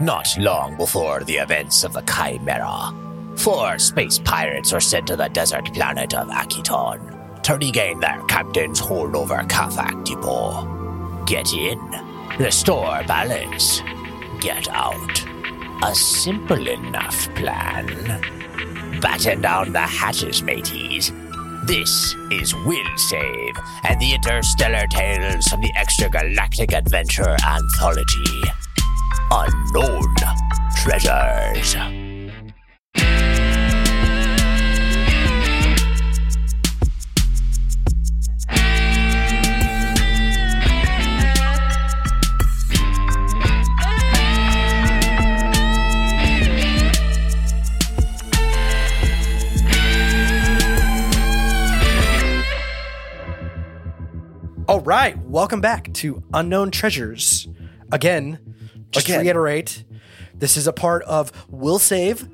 not long before the events of the Chimera. Four space pirates were sent to the desert planet of Akiton to regain their captain's hold over Kafak Depot. Get in, restore balance, get out. A simple enough plan. Batten down the hatches, mateys. This is Will Save and the Interstellar Tales from the Extragalactic Adventure Anthology. Unknown Treasures. All right, welcome back to Unknown Treasures. Again, just to Again. reiterate, this is a part of Will Save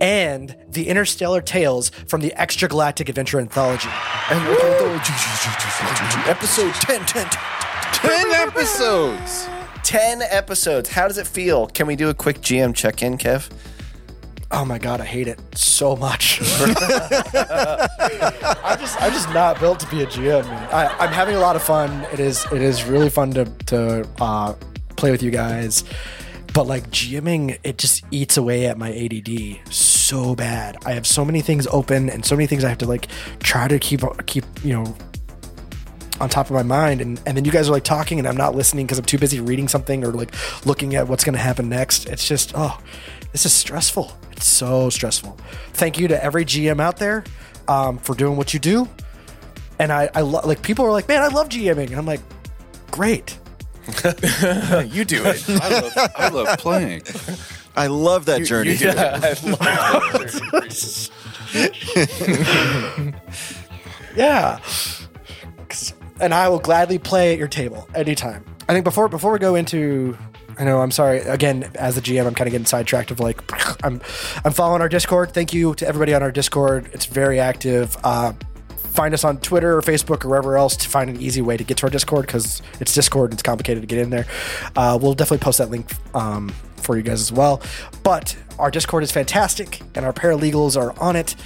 and the Interstellar Tales from the Extragalactic Adventure Anthology. And episode 10, 10, 10 episodes. 10 episodes. How does it feel? Can we do a quick GM check in, Kev? Oh my god, I hate it so much. I'm just I'm just not built to be a GM. Man. I, I'm having a lot of fun. It is it is really fun to to uh, play with you guys, but like GMing, it just eats away at my ADD so bad. I have so many things open and so many things I have to like try to keep keep you know on top of my mind and, and then you guys are like talking and i'm not listening because i'm too busy reading something or like looking at what's going to happen next it's just oh this is stressful it's so stressful thank you to every gm out there um, for doing what you do and i, I lo- like people are like man i love gming and i'm like great You do it. I love, I love playing. I love that journey. yeah 'Cause- and i will gladly play at your table anytime i think before before we go into i know i'm sorry again as the gm i'm kind of getting sidetracked of like i'm i'm following our discord thank you to everybody on our discord it's very active uh Find us on Twitter or Facebook or wherever else to find an easy way to get to our Discord because it's Discord and it's complicated to get in there. Uh, we'll definitely post that link um, for you guys as well. But our Discord is fantastic and our paralegals are on it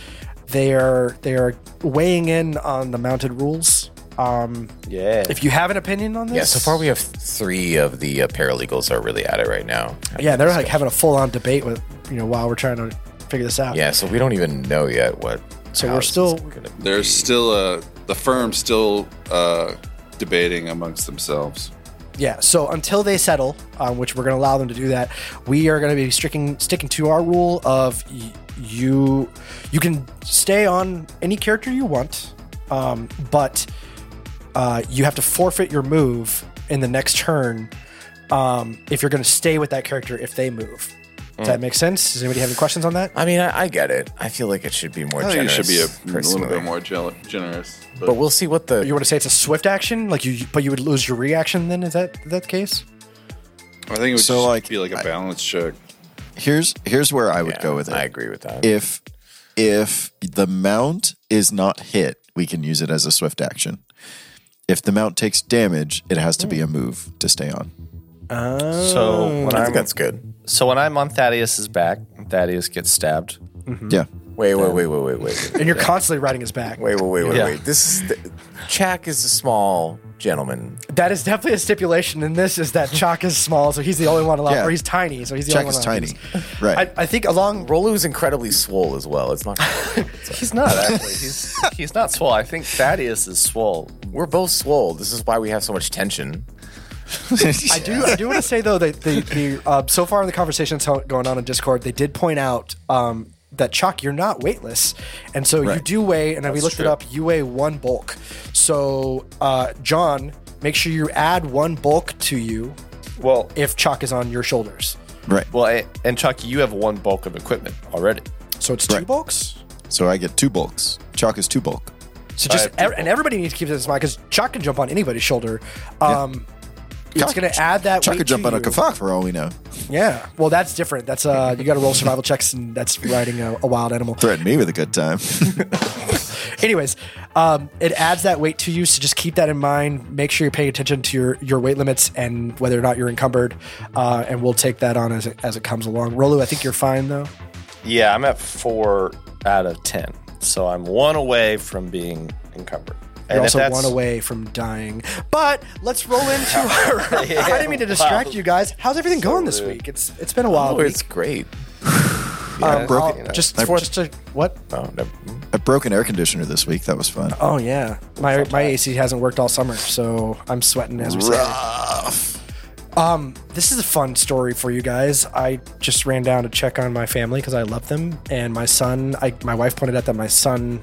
they are they are weighing in on the mounted rules. Um, Yeah. if you have an opinion on this, Yeah, so far we have three of the uh, paralegals are really at it right now. yeah, they're like having a full on debate with you know while we're trying to figure this out. Yeah, so we don't even know yet what. So how we're this is still- gonna be. There's still uh the firm's still uh, debating amongst themselves. yeah. So until they settle, um, which we're going to allow them to do that, we are going to be sticking sticking to our rule of y- you you can stay on any character you want, um, but uh, you have to forfeit your move in the next turn um, if you're going to stay with that character if they move. Does that make sense? Does anybody have any questions on that? I mean, I, I get it. I feel like it should be more Oh, I think it generous. should be a, little personally. bit more gel- generous. But, But we'll see what the. You want to say it's a swift action, like you, but you would lose your reaction. Then is that is that the case? I think it would So, just like, be like a I- balance check. Here's here's where I would Yeah, go with it. I agree with that. If if the mount is not hit, we can use it as a swift action. If the mount takes damage, it has to be a move to stay on. So Hmm. when I think I'm that's good. so when I'm on Thaddeus's back, Thaddeus gets stabbed. Hmm. Yeah. Wait, wait, wait, wait, wait, wait. And you're constantly riding his back. Wait, wait, wait, wait, Yeah. wait. This is the, Chak is a small gentleman. That is definitely a stipulation in this is that Chalk is small, so he's the only one allowed, Yeah. or he's tiny, so he's the Jack only is one. tiny. allowed. Right. I, I think along Rolu's incredibly swole as well. It's not. He's not actually. He's he's not swole. I think Thaddeus is swole. We're both swole. This is why we have so much tension. I do. I do want to say though that the, the uh, so far in the conversations ho- going on in Discord, they did point out um, that Chuck, you're not weightless, and so you Right. do weigh. And we looked it up. You weigh one bulk. So uh, John, make sure you add one bulk to you Well, if Chuck is on your shoulders. right. well, a- and Chuck, you have one bulk of equipment already. So it's two Right. bulks. So I get two bulks. Chalk is two bulk. So just have two ev- and everybody needs to keep this in mind because Chuck can jump on anybody's shoulder. Um, it's going to add that Chuck weight could jump to on a you. kafak for all we know. Yeah. Well, that's different. That's uh, you got to roll survival checks, and that's riding a, a wild animal. Threaten me with a good time. Anyways, um, it adds that weight to you, so just keep that in mind. Make sure you're paying attention to your, your weight limits and whether or not you're encumbered, uh, and we'll take that on as it, as it comes along. Rolu, I think you're fine though. Yeah, I'm at four out of ten, so I'm one away from being encumbered. You're if also that's- one away from dying. But let's roll into our. I didn't mean to distract you guys. How's everything going this week? It's it's been a while. Oh, it's great. um, broken, I'll- you know. just I've for just- just a, what? Oh, no. I broke an air conditioner this week. That was fun. Oh yeah, my my AC hasn't worked all summer, so I'm sweating as we speak. Um, this is a fun story for you guys. I just ran down to check on my family because I love them, and my son. I my wife pointed out that my son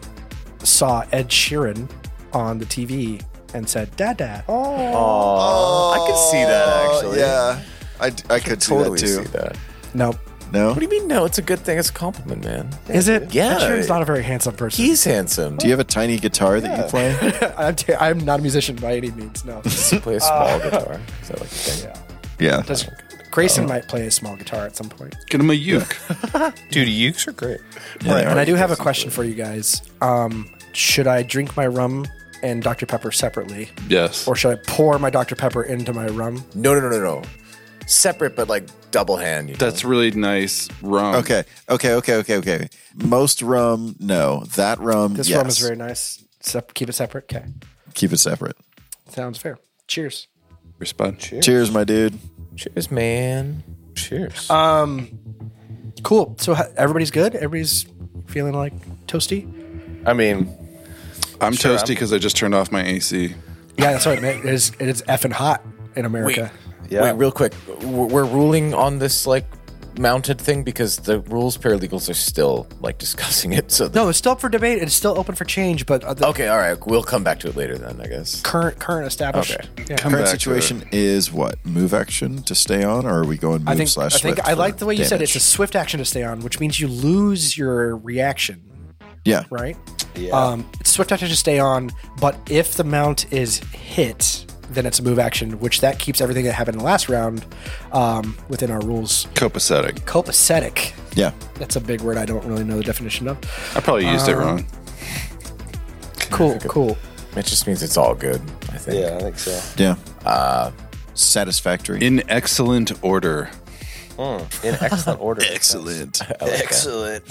saw Ed Sheeran on the TV and said, "Dad, Dad." Oh, I could see that actually. Oh, Yeah, I, I could Totally see that too. see that. no, No, What do you mean? No, it's a good thing. It's a compliment, man. is it? Yeah. Ed Sheeran's not a very handsome person. He's handsome. do you have a tiny guitar that you play? I'm, ter- I'm not a musician by any means. No, He play a small guitar. Is that like a thing? yeah. Does- Grayson might play a small guitar at some point. Get him a uke. dude, ukes are great. Yeah, they And are. I do have a question for you guys. Um, should I drink my rum and Dr. Pepper separately? yes. Or should I pour my Dr. Pepper into my rum? No, no, no, no, no. Separate, but like double hand. You know? That's really nice rum. Okay, okay, okay, okay, okay. Most rum, no. That rum, This yes. rum is very nice. Sep- keep it separate. Okay. Keep it separate. Sounds fair. Cheers. Respond. Cheers, my dude. cheers, man. Cheers. Cool. So ha- everybody's good? Everybody's feeling like toasty? I mean, I'm toasty because I just turned off my AC. Yeah, that's right, man. It is, it is effing hot in America. Yeah. Wait, real quick. We're we're ruling on this like mounted thing because the rules paralegals are still like discussing it. So No, it's still up for debate. It's still open for change, but uh, the okay, all right. We'll come back to it later then, I guess. current current established. Okay. Yeah. Come Current back to situation is what? Move action to stay on, or are we going move I think I slash think swift I for like the way you said damage? it's a swift action to stay on, which means you lose your reaction, yeah. right? Yeah. Um, it's swift action to stay on, but if the mount is hit, then it's a move action, which that keeps everything that happened in the last round um, within our rules. Copacetic. Copacetic. Yeah. That's a big word. I don't really know the definition of. I probably used it wrong. Cool. Cool. It just means it's all good. I think. yeah, I think so. Yeah. Uh, Satisfactory. In excellent order. In excellent order. Excellent. excellent.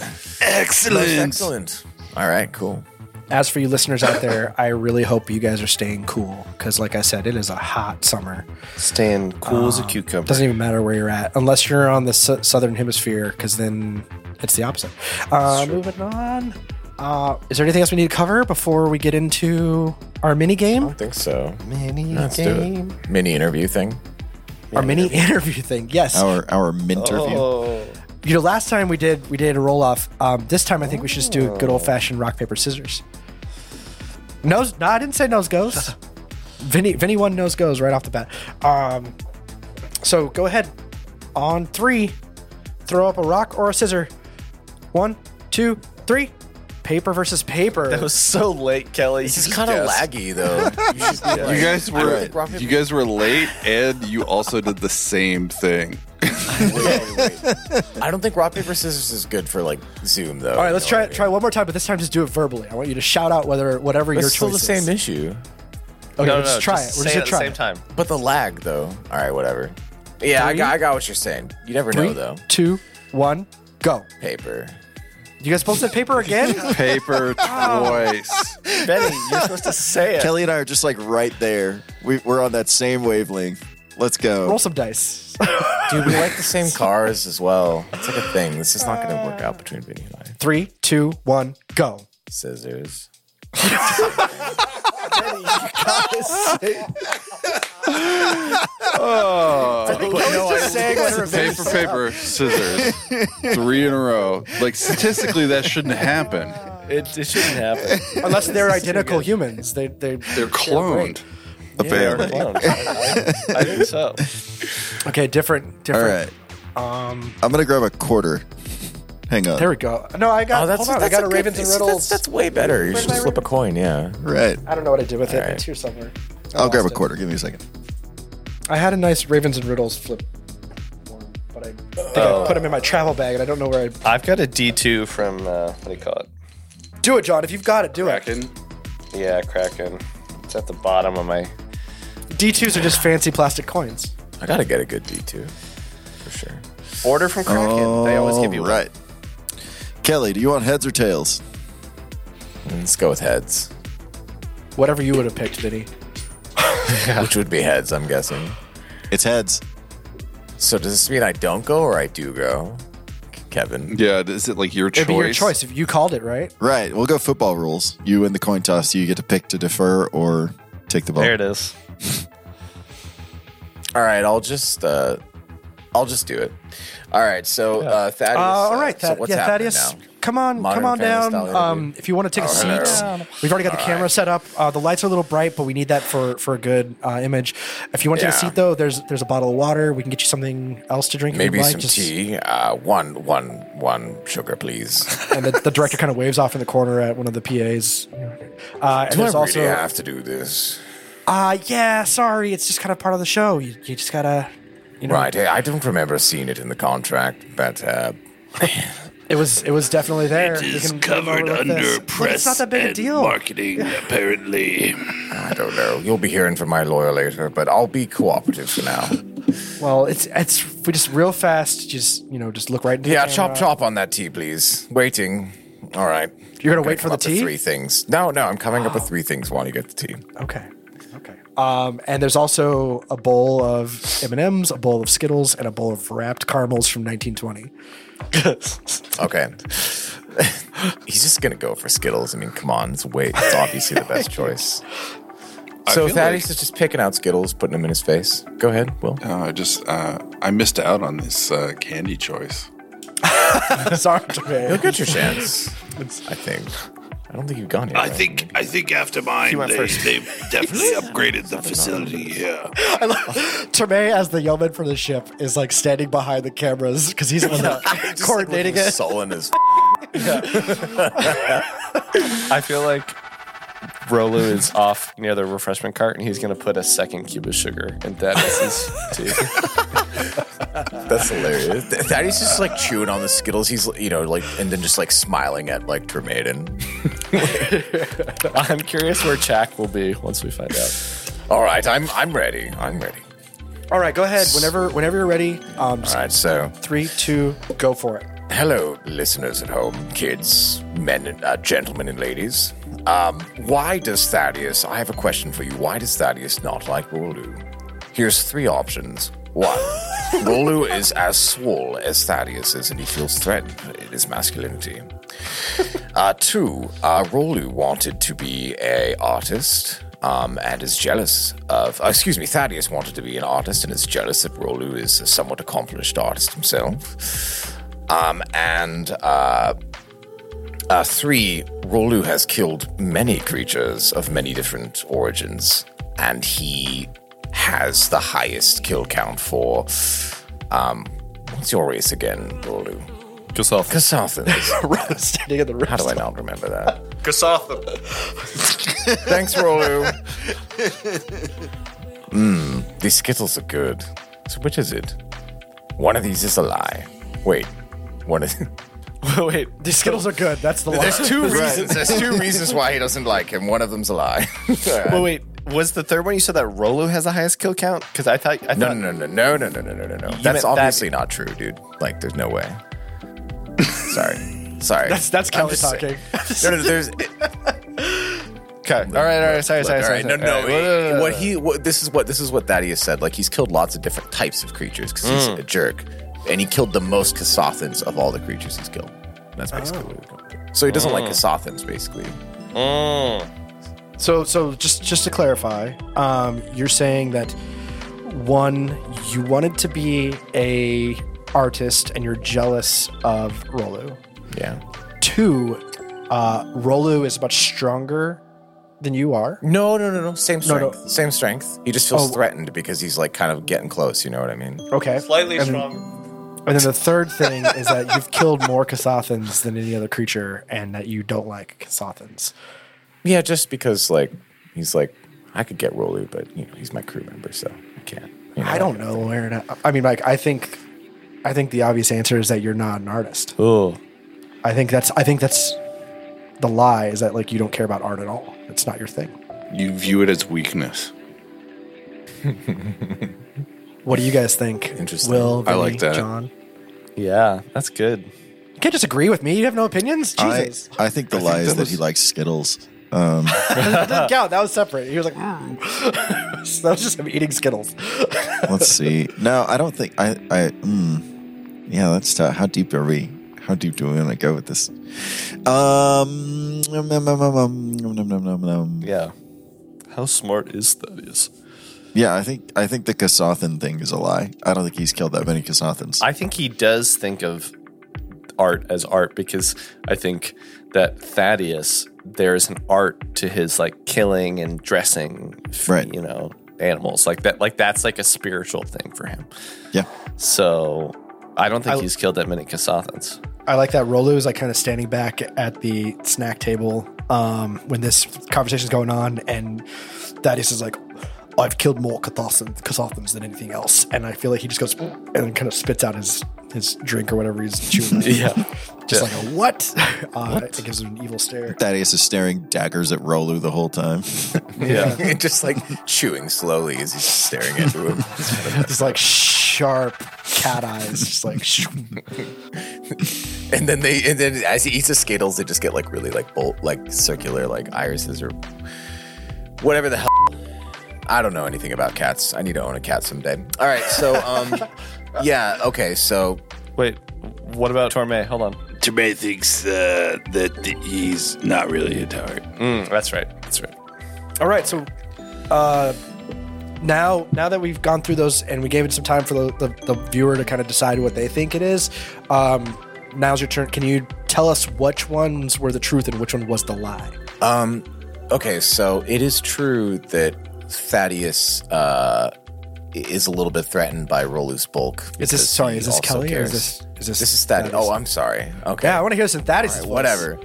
Excellent. All right. Cool. As for you listeners out there, I really hope you guys are staying cool because, like I said, it is a hot summer. Um, Staying cool as a cucumber. Doesn't even matter where you're at, unless you're on the su- southern hemisphere, because then it's the opposite. Uh, moving on. Uh, is there anything else we need to cover before we get into our mini game, Oh, I think so. Mini Let's do it. Mini interview thing. our mini interview thing? Yes. Our our minterview. You know, last time we did we did a roll off. Um, this time I think we should just do a good Oh. old fashioned rock paper scissors. Nose? No, I didn't say nose goes. Vinny, Vinny one nose goes right off the bat. Um, so go ahead on three, throw up a rock or a scissor. One, two, three. Paper versus paper. It was so late, Kelly. This is kind of laggy though. You should be like- You guys were Rock, paper- you guys were late, and you also did the same thing. I don't think rock paper scissors is good for like Zoom though. All right, let's try try one more time, but this time just do it verbally. I want you to shout out whether whatever your It's choice still the is. same issue, Okay, No, no, let's no, try just it. We're say just it gonna at try the same it. time. but the lag though. All right, whatever. Yeah, I got, I got what you're saying. You never know though. Two, one, go. Paper. You guys both said paper again? Paper Oh. twice. Benny, you're supposed to say it. Kelly and I are just like right there. We, we're on that same wavelength. Let's go. Roll some dice. Dude, we like the same cars as well. It's like a thing. This is not going to work out between Vinny and I. Three, two, one, go. Scissors. No, just saying Paper, paper, scissors. Three in a row. Like statistically, that shouldn't happen. It, it shouldn't happen. unless they're identical humans. They they They're cloned. Apparently. Well, I, I think so. okay. Different All different. right. Um, I'm gonna grab a quarter. Hang on. There we go. No, I got. Oh, that's, hold on. that's I got a good- Ravens and that's- Riddles. That's, that's way better. You should my flip a coin, yeah. Right. I don't know what I did with it. right. It's here somewhere. I'll grab a lost it. quarter. Give me a second. I had a nice Ravens and Riddles flip one, but I think Oh. I put them in my travel bag and I don't know where I. I've got a D2 from, uh, what do you call it? Do it, John. If you've got it, do it. Kraken. Yeah, Kraken. It's at the bottom of my. D2s are just fancy plastic coins. I gotta get a good D2. For sure. Order from Kraken. they always give you one. Oh, right. Kelly, do you want heads or tails? Let's go with heads. Whatever you would have picked, Vinny. Which would be heads, I'm guessing. It's heads. So does this mean I don't go or I do go? Kevin. Yeah, is it like your choice? It'd be your choice if you called it, right? Right. We'll go football rules. You win the coin toss. You get to pick to defer or take the ball. There it is. All right, I'll just uh I'll just do it. All right, so uh Thaddeus. Uh, all right, so Thad- what's yeah, happening Thaddeus, now? come on, Modern come on Family down. style interview. Um, if you want to take a seat, we've already got the camera set up. Uh, the lights are a little bright, but we need that for for a good uh, image. If you want to take a Yeah. seat, though, there's there's a bottle of water. We can get you something else to drink. if Maybe you'd like, some just- tea. Uh, one, one, one sugar, please. And the, the director kind of waves off in the corner at one of the PAs. Uh, and Do I there's really also, have to do this? uh, yeah, sorry, it's just kind of part of the show. You, you just gotta, you know, Right. Hey, I don't remember seeing it in the contract, but uh, It was it was definitely there. It is covered under press It's not that big a and deal. marketing, apparently. I don't know. You'll be hearing from my lawyer later, but I'll be cooperative for now. Well, it's it's we just real fast. Just you know, just look right. Into the Yeah, camera. chop chop on that tea, please. Waiting. All right. You're gonna I'm wait for come the up with tea? Three things. No, no, I'm coming up with three things while you get the tea. Okay. Okay. Um, and there's also a bowl of M and M's, a bowl of Skittles, and a bowl of wrapped caramels from 1920. Okay. He's just gonna go for Skittles. I mean, come on, it's way it's obviously the best choice. So feel Thaddeus like- is just picking out Skittles, putting them in his face. Go ahead, Will. Oh, I just uh, I missed out on this uh, candy choice. Sorry, Jermaine. You'll get your chance. I think. I don't think you've gone yet. I right? think I think after mine, they, they've definitely upgraded the facility here. Treme, as the yeoman for the ship, is like standing behind the cameras because he's the one that Just, like, coordinating looking it. Sullen as I feel like Rolu is off near the refreshment cart and he's going to put a second cube of sugar in Thaddeus' tea. That's hilarious. Th- Thaddeus is just like chewing on the Skittles. He's you know like and then just like smiling at like Tremaiden. I'm curious where Chak will be once we find out. All right, I'm I'm ready. I'm ready. All right, go ahead. Whenever whenever you're ready. Um, All right, so three, two, go for it. hello, listeners at home, kids, men, and, uh, gentlemen, and ladies. Um, why does Thaddeus? I have a question for you. Why does Thaddeus not like Rolu? Here's three options. One, Rolu is as swole as Thaddeus is, and he feels threatened in his masculinity. Uh, two, uh, Rolu wanted to be a artist um, and is jealous of. Uh, excuse me, Thaddeus wanted to be an artist and is jealous that Rolu is a somewhat accomplished artist himself. Um, and uh, uh, three, Rolu has killed many creatures of many different origins, and he has the highest kill count for. Um, what's your race again, Rolu? Kasathans. standing in the room. How do I not remember that? Kasatham. Thanks, Rolu. Mmm, these Skittles are good. So which is it? One of these is a lie. Wait, one of Wait, These Skittles are good. That's the there's last. two reasons. There's two reasons why he doesn't like him. One of them's a lie. All right. well, wait. Was the third one you said that Rolu has the highest kill count? Because I thought I No, thought no, no, no, no, no, no, no, no, no. meant That's that- obviously not true, dude. Like, there's no way. Sorry, sorry. That's that's I'm Kelly just talking. saying- No, no, there's. Okay. All right. All right. Sorry. Sorry. sorry. Look, all right, no, sorry. no. All right, it- What he, what, this is what this is what Thaddeus said. Like he's killed lots of different types of creatures because he's a jerk, and he killed the most Kasathans of all the creatures he's killed. That's Oh. basically what he's going So he doesn't like Kasathans, basically. So so just just to clarify, um, you're saying that one you wanted to be a artist and you're jealous of Rolu. Yeah. Two, uh, Rolu is much stronger than you are. No, no, no, no. Same No, no. strength. Same strength. He just feels Oh. threatened because he's like kind of getting close. You know what I mean? Okay. Slightly and, stronger. And then the third thing is that you've killed more Kasathans than any other creature, and that you don't like Kasathans. Yeah, just because like he's like I could get Rolu, but you know he's my crew member, so I can't. I don't know where to. I mean, like, I think, I think the obvious answer is that you're not an artist. Ooh. I think that's, I think that's the lie is that like you don't care about art at all. It's not your thing. You view it as weakness. What do you guys think? Interesting. Will, I like Vinny, that. John, Yeah, that's good. you can't just agree with me. You have no opinions. I, Jesus, I think the lie is that he likes Skittles. that didn't count. That was separate. He was like, mm. So that was just him eating Skittles. Let's see. No, I don't think I. I mm, yeah, that's tough. How deep are we? How deep do we want to go with this? Um, um, um, um, um, um, um, um, um, um. Yeah. How smart is Thaddeus? Yeah, I think I think the Kasathan thing is a lie. I don't think he's killed that many Kasathans. I think he does think of art as art because I think that Thaddeus, there's an art to his like killing and dressing, f- Right. you know, animals like that. Like that's like a spiritual thing for him. yeah, So I don't think he's killed that many Kasathans. I like that Rolu is like kind of standing back at the snack table um, when this conversation is going on, and Thaddeus is like, "I've killed more Catharsan- Catharthans than anything else," and I feel like he just goes "Mm," and kind of spits out his his drink or whatever he's chewing. yeah, just like a what? Uh, It gives him an evil stare. Thaddeus is staring daggers at Rolu the whole time. just like chewing slowly as he's staring into him. It's like sharp cat eyes, just like and then they, and then as he eats the Skittles, they just get like really like bolt, like circular, like irises or whatever the hell. I don't know anything about cats. I need to own a cat someday. All right, so um, yeah, okay, so Wait, what about Torme? Hold on. Tomei thinks uh, that he's not really a target. Mm, that's right. That's right. All right, so uh, now now that we've gone through those and we gave it some time for the, the, the viewer to kind of decide what they think it is, um, now's your turn. Can you tell us which ones were the truth and which one was the lie? Um, okay, so it is true that Thaddeus uh, is a little bit threatened by Rolu's bulk. Is because this sorry? he Is this also Kelly or cares. is this is this This is Thaddeus. Oh, I'm sorry. Okay. yeah, I want to hear some Thaddeus. voice. Whatever.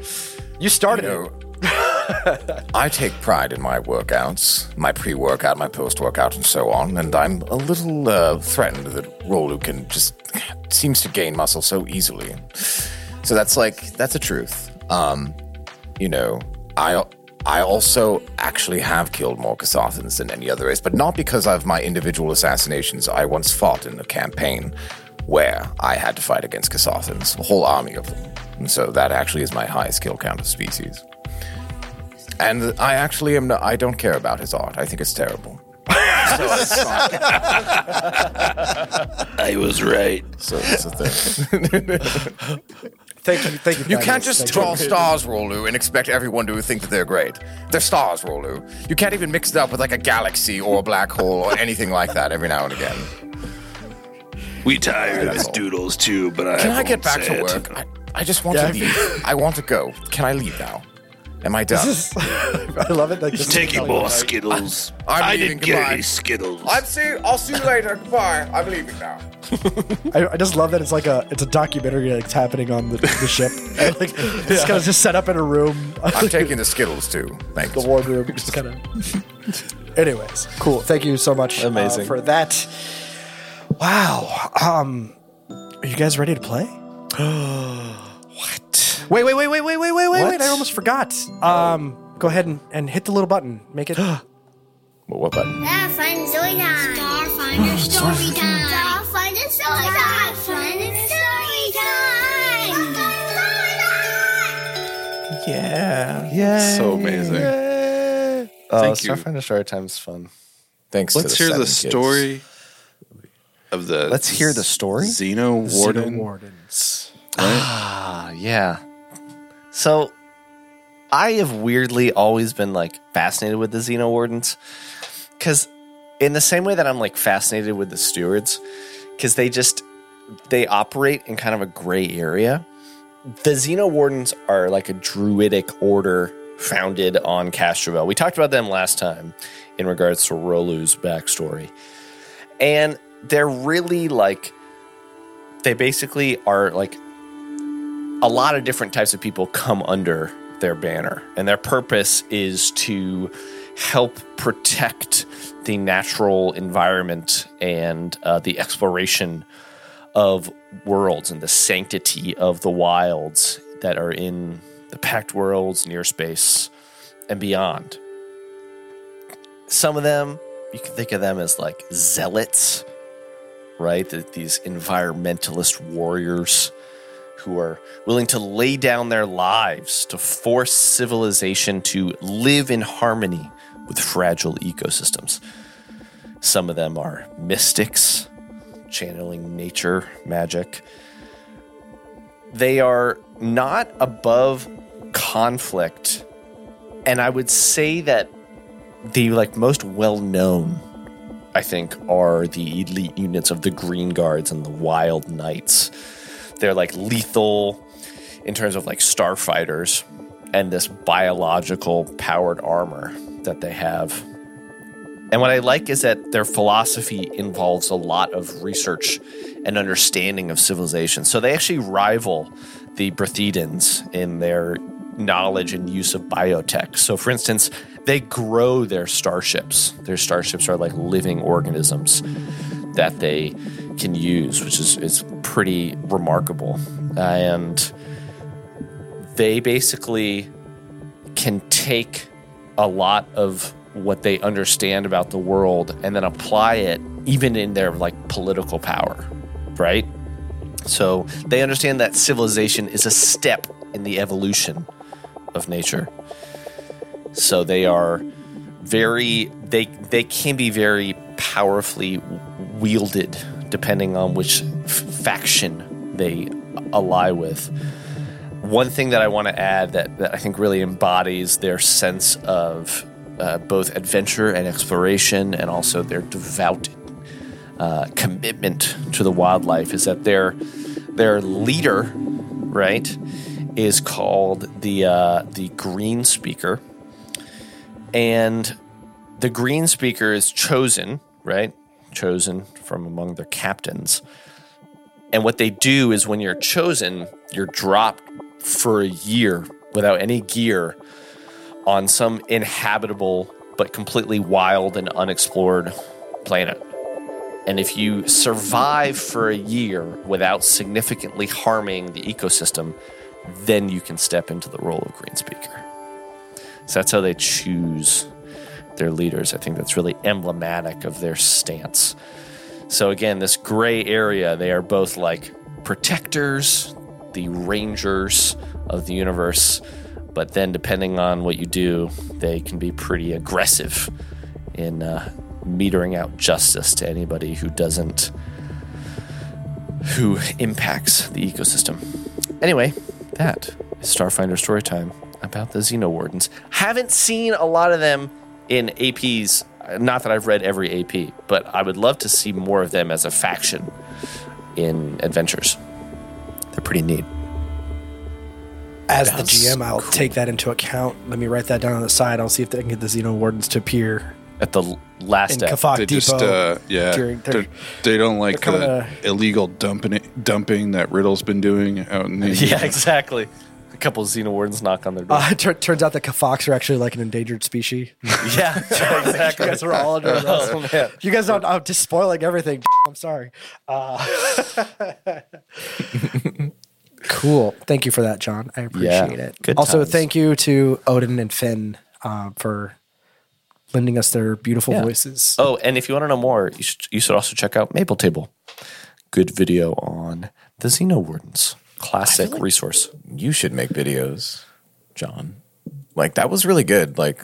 you started You it. know, I take pride in my workouts, my pre workout, my post workout, and so on, and I'm a little uh, threatened that Rolu can just seems to gain muscle so easily. So that's like, that's a truth. Um, you know, I. I also actually have killed more Kasathans than any other race, but not because of my individual assassinations. I once fought in a campaign where I had to fight against Kasathans, a whole army of them. And so that actually is my highest kill count of species. And I actually am. No, I don't care about his art. I think it's terrible. so it's not- I was right. so it's a thing. Thank you, thank you. You Thaddeus. can't just Thank draw you. stars, Rolu, and expect everyone to think that they're great. They're stars, Rolu. You can't even mix it up with like a galaxy or a black hole or anything like that every now and again. We tired of his doodles too, but I Can I won't get back say to it. work? I, I just want to leave. I want to go. Can I leave now? Am I done? I love it. Like this is Taking Kelly, more right? Skittles. I'm I leaving, didn't get goodbye. any Skittles. see. I'll see you later. Goodbye. I'm leaving now. I, I just love that it's like a it's a documentary that's happening on the, the ship. And like it's kind of just set up in a room. I'm taking the Skittles too. Thanks. the wardrobe just kind of anyways cool thank you so much uh, Amazing. for that wow um are you guys ready to play what wait wait wait wait wait wait wait wait wait i almost forgot um go ahead and, and hit the little button make it what button? Starfinder Story Time. Starfinder Story Time. Starfinder Story Time. Starfinder Story Time. So amazing. Oh, Thank you. Starfinder Story Time's fun. Thanks. Let's to hear the seven kids. story of the. Let's hear the story. Xeno Warden. wardens Ah, yeah. So I have weirdly always been like fascinated with the Xeno Wardens because, in the same way that I'm like fascinated with the stewards, because they just they operate in kind of a gray area. The Xeno Wardens are like a druidic order founded on Castrovel. We talked about them last time in regards to Rolu's backstory, and they're really like they basically are like a lot of different types of people come under their banner, and their purpose is to help protect the natural environment and uh, the exploration of worlds and the sanctity of the wilds that are in the packed worlds near space and beyond. Some of them, you can think of them as like zealots, right? Th- These environmentalist warriors who are willing to lay down their lives to force civilization to live in harmony with fragile ecosystems. Some of them are mystics, channeling nature magic. They are not above conflict, and I would say that the like most well known I think are the elite units of the Green Guards and the Wild Knights they're like lethal in terms of like starfighters and this biological powered armor that they have. And what I like is that their philosophy involves a lot of research and understanding of civilization. So they actually rival the Bretheidans in their knowledge and use of biotech. So, for instance, they grow their starships. Their starships are like living organisms that they can use, which is, is pretty remarkable. And they basically can take a lot of what they understand about the world and then apply it even in their like political power, right? So they understand that civilization is a step in the evolution of nature. So they are very they they can be very powerfully wielded depending on which f- faction they ally with. One thing that I want to add that, that I think really embodies their sense of uh, both adventure and exploration, and also their devout uh, commitment to the wildlife, is that their their leader, right, is called the uh, the Green Speaker, and the green speaker is chosen, right? Chosen from among their captains. And what they do is when you're chosen, you're dropped for a year without any gear on some inhabitable but completely wild and unexplored planet. And if you survive for a year without significantly harming the ecosystem, then you can step into the role of green speaker. So that's how they choose their leaders. I think that's really emblematic of their stance. So again, this gray area, they are both like protectors, the rangers of the universe, but then depending on what you do, they can be pretty aggressive in uh, metering out justice to anybody who doesn't who impacts the ecosystem. Anyway, that is Starfinder story time about the Xenowardens. Haven't seen a lot of them in APs. Not that I've read every AP, but I would love to see more of them as a faction in adventures. They're pretty neat. As the GM, I'll take that into account. Let me write that down on the side. I'll see if I can get the Xeno Wardens to appear At the l- last in step, Kafak They Depot. just uh, yeah, during their- they're- they don't like they're the kinda- illegal dumping it, dumping that Riddle's been doing out in the yeah, exactly. A couple of Xenowardens knock on their door. Uh, tur- turns out that Kafox are actually like an endangered species. you yeah, exactly. guys are all under arrest. Oh, man. You guys don't. I'm just spoiling everything. I'm sorry. Uh, cool. Thank you for that, John. I appreciate it. Good also, times. thank you to Odin and Finn uh, for lending us their beautiful voices. Oh, and if you want to know more, you should, you should also check out Maple Table. Good video on the Xenowardens. Classic resource. You should make videos, John. Like that was really good. Like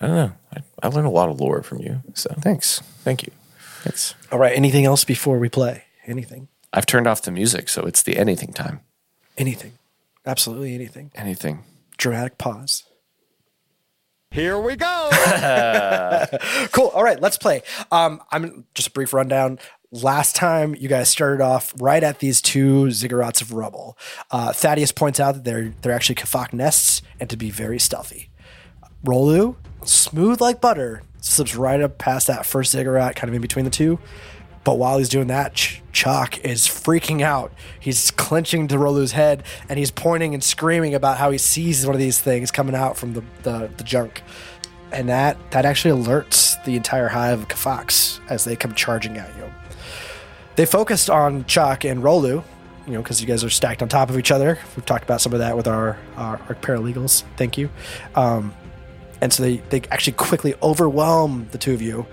I don't know. I, I learned a lot of lore from you. So Thanks. Thank you. Thanks. All right. Anything else before we play? Anything? I've turned off the music, so it's the anything time. Anything? Absolutely anything. Anything. Dramatic pause. Here we go. cool. All right, let's play. Um, I'm just a brief rundown. Last time, you guys started off right at these two ziggurats of rubble. Uh, Thaddeus points out that they're they're actually kafak nests and to be very stealthy. Rolu, smooth like butter, slips right up past that first ziggurat, kind of in between the two. But while he's doing that, Ch- Chalk is freaking out. He's clenching to Rolu's head and he's pointing and screaming about how he sees one of these things coming out from the, the, the junk. and that that actually alerts the entire hive of Kafox as they come charging at you. They focused on Chuck and Rolu, you know, because you guys are stacked on top of each other. We've talked about some of that with our our, our paralegals. Thank you. Um, and so they they actually quickly overwhelm the two of you,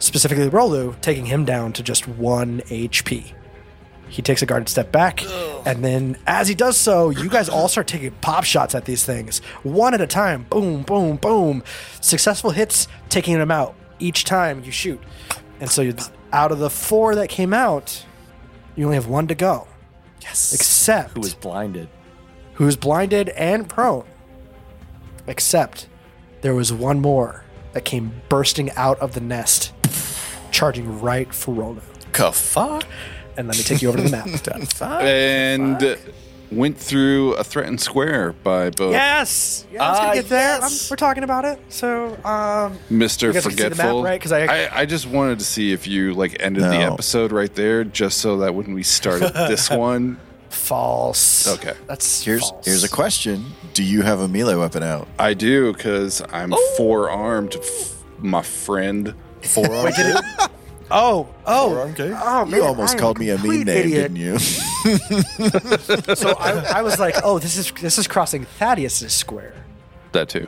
specifically Rolu, taking him down to just one HP. He takes a guarded step back, and then as he does so, you guys all start taking pop shots at these things, one at a time. Boom, boom, boom. Successful hits, taking them out each time you shoot. And so, you out of the four that came out, you only have one to go. Yes. Except Who was blinded? who's blinded and prone. Except there was one more that came bursting out of the nest, charging right for Rolo. Kafuck. And let me take you over to the map. and went through a threatened square by both yes, yeah, I was gonna get that. I'm- we're talking about it. So, um, Mr. You guys can see the map, Forgetful. right? 'Cause I- I, I just wanted to see if you like ended the No. episode right there, just so that when we started this one, false. Okay. that's Here's false. here's a question: Do you have a melee weapon out? I do because I'm forearmed, f- my friend. Forearmed. Oh, oh, oh! you man, almost I'm called me a mean complete name, idiot. didn't you? So I, I was like, oh, this is this is crossing Thaddeus's square. that too.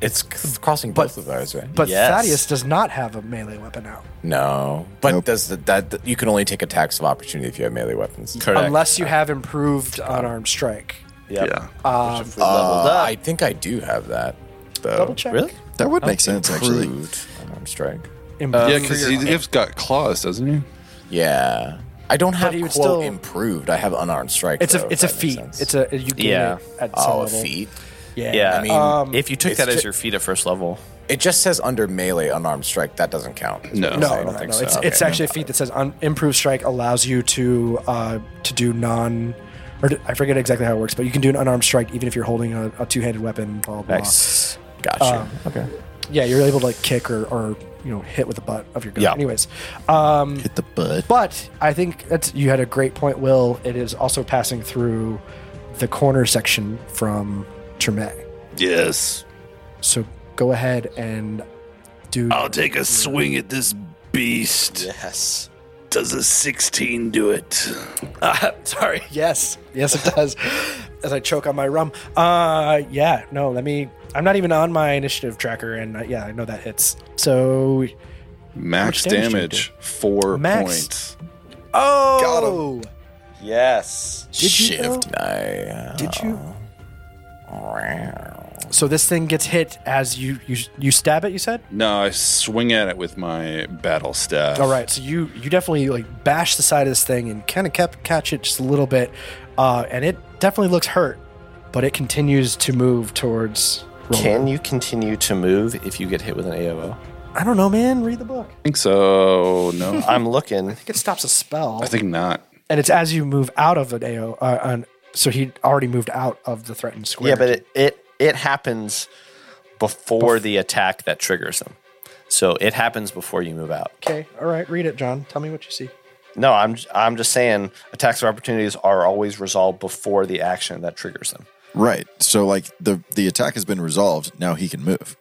It's c- crossing both of those, right? But Yes. Thaddeus does not have a melee weapon out. no, but Nope. does the, that that- you can only take attacks of opportunity if you have melee weapons? Correct. Unless you have improved unarmed strike. Yep. yeah. Leveled Uh, up. I think I do have that. Though. Double check. really? That would make sense, actually. Improved unarmed strike. Improved. yeah, because he's got claws, doesn't he? Yeah, I don't have he quote would still- improved. I have unarmed strike. It's though, a if it's a that makes feat. sense. It's a you gain Yeah. it at some oh a level. feat. Yeah. Yeah. I mean, if you took it's that as ju- your feat at first level, it just says under melee unarmed strike. That doesn't count. is No. what I'm No, saying. No, no, no. think It's, so. it's Okay. actually a feat that says un- improved strike allows you to uh, to do non, or d I I forget exactly how it works, but you can do an unarmed strike even if you're holding a, a two handed weapon. Blah blah. blah. Nice. Gotcha. um, okay. Yeah, you're able to like kick or, or you know hit with the butt of your gun. Yeah. Anyways, um, Hit the butt. But I think that's you had a great point, Will. It is also passing through the corner section from Treme. Yes. So go ahead and do. I'll take a swing at this beast. yes. Does a 16 do it? Ah, sorry. Yes. Yes, it does. As I choke on my rum. Uh, yeah. No, let me. I'm not even on my initiative tracker, and uh, yeah, I know that hits. So. Max How much damage damage, four Max. points. Oh. Yes. Did you know? Shift. I, Did you? So this thing gets hit as you you you stab it. You said. No, I swing at it with my battle staff. All right, so you you definitely like bash the side of this thing and kind of kept catch it just a little bit, uh, and it definitely looks hurt, but it continues to move towards. Roland. Can you continue to move if you get hit with an AOO? I don't know, man. Read the book. I think so. No, I'm looking. It stops a spell, I think not. and it's as you move out of an AO. Uh, an, so he already moved out of the threatened square. Yeah, but it it, it happens before the attack that triggers them. So it happens before you move out. okay, all right. Read it, John. Tell me what you see. No, I'm I'm just saying attacks of opportunities are always resolved before the action that triggers them. Right. So like the the attack has been resolved. Now he can move.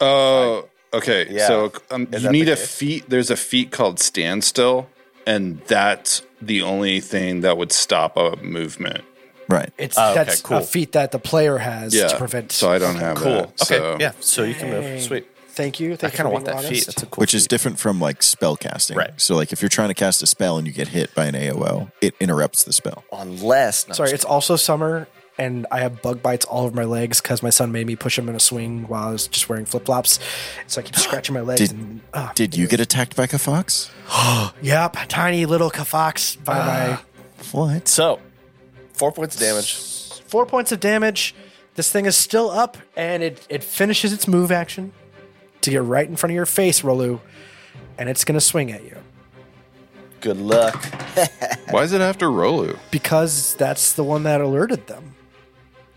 Oh, okay. Yeah. So um, Is you that need the a case? feat. There's a feat called standstill, and that's the only thing that would stop a movement. Right. It's Oh, okay, that's cool. a feat that the player has Yeah. to prevent. so I don't have Cool. that. okay. So. Yeah. So you can move. Sweet. Thank you. I Thank you kind for of want being that feat. honest. That's a cool. Which is feat. different from like spell casting. Right. So like if you're trying to cast a spell and you get hit by an AOO, it interrupts the spell. Oh, Unless no, Sorry, it's also summer, and I have bug bites all over my legs because my son made me push him in a swing while I was just wearing flip flops. So I keep scratching my legs. Did- and, ah, Did you get attacked by a fox? Yep, tiny little kafox by my What? so four points of damage. four points of damage. This thing is still up, and it it finishes its move action to get right in front of your face, Rolu, and it's gonna swing at you Good luck. Why is it after Rolu? because that's the one that alerted them.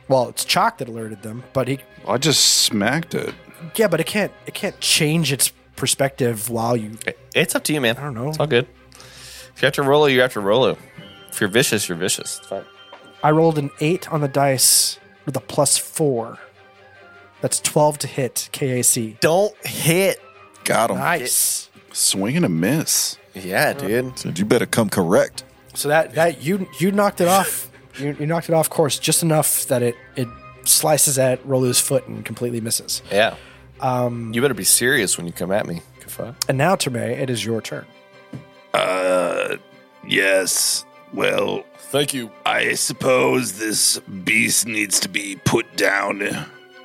Well, it's Chalk that alerted them, but he I just smacked it. yeah, but it can't it can't change its perspective while you It's up to you, man. I don't know. It's all good. If you have to roll, you have to roll. If you're vicious, you're vicious. It's fine. I rolled an eight on the dice with a plus four. That's 12 to hit KAC. Don't hit. Got him. Nice. Swing and a miss. Yeah, dude. So you better come correct. So that that you you knocked it off. You, you knocked it off course just enough that it it slices at Rolu's foot and completely misses. Yeah. Um, you better be serious when you come at me, Kafa. And now, Terme, it is your turn. Yes. Well, Thank you. I suppose this beast needs to be put down.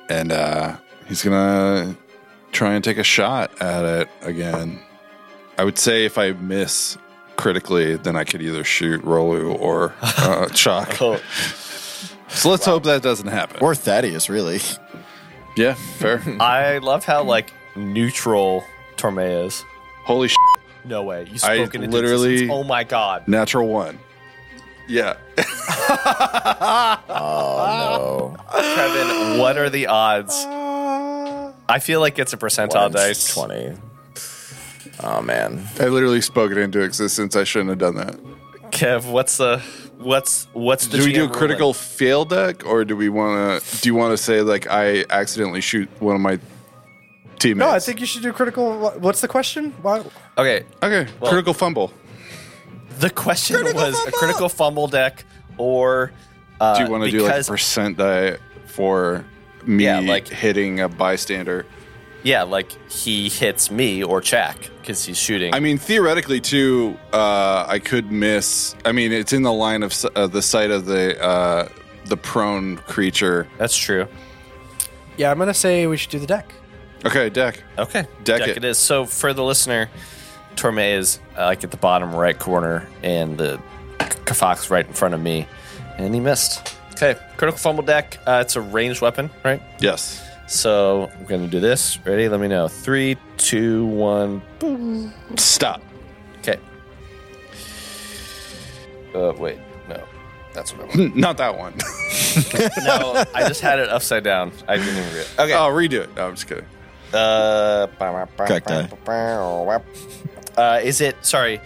And uh, he's gonna try and take a shot at it again. I would say if I miss critically, then I could either shoot Rolu or uh, Chalk. So let's hope that doesn't happen. Or Thaddeus, really. yeah, fair. I love how like neutral Torme is. Holy sh! No way. You I spoke into literally- existence. Oh my god. Natural one. Yeah. Kevin, what are the odds? I feel like it's a percentile dice. 20. Oh, man. I literally spoke it into existence. I shouldn't have done that. Kev, what's the what's what's the do we do a GM critical ruling? fail deck, or do we want to? Do you want to say like I accidentally shoot one of my teammates? No, I think you should do critical. wha- What's the question? Why? Okay. okay. critical fumble. The question was a critical fumble deck or uh, Do you want to do like a because- percent die for me Yeah, like- hitting a bystander? Yeah, like he hits me or Chak because he's shooting. I mean, theoretically, too, uh, I could miss. I mean, it's in the line of s- uh, the sight of the uh, the prone creature. That's true. Yeah, I'm gonna say we should do the deck. Okay, deck. Okay. Deck it. it is. So for the listener, Torme is uh, like at the bottom right corner, and the Kafox right in front of me, and he missed. Okay, critical fumble deck. Uh, it's a ranged weapon, right? Yes. So I'm gonna do this. Ready? Let me know. Three, two, one. Stop. Okay. Uh, wait, no, that's what I want. Not that one. no, I just had it upside down. I didn't even read. Okay. oh, redo it. No, I'm just kidding. Uh, Cacti. uh, is it sorry?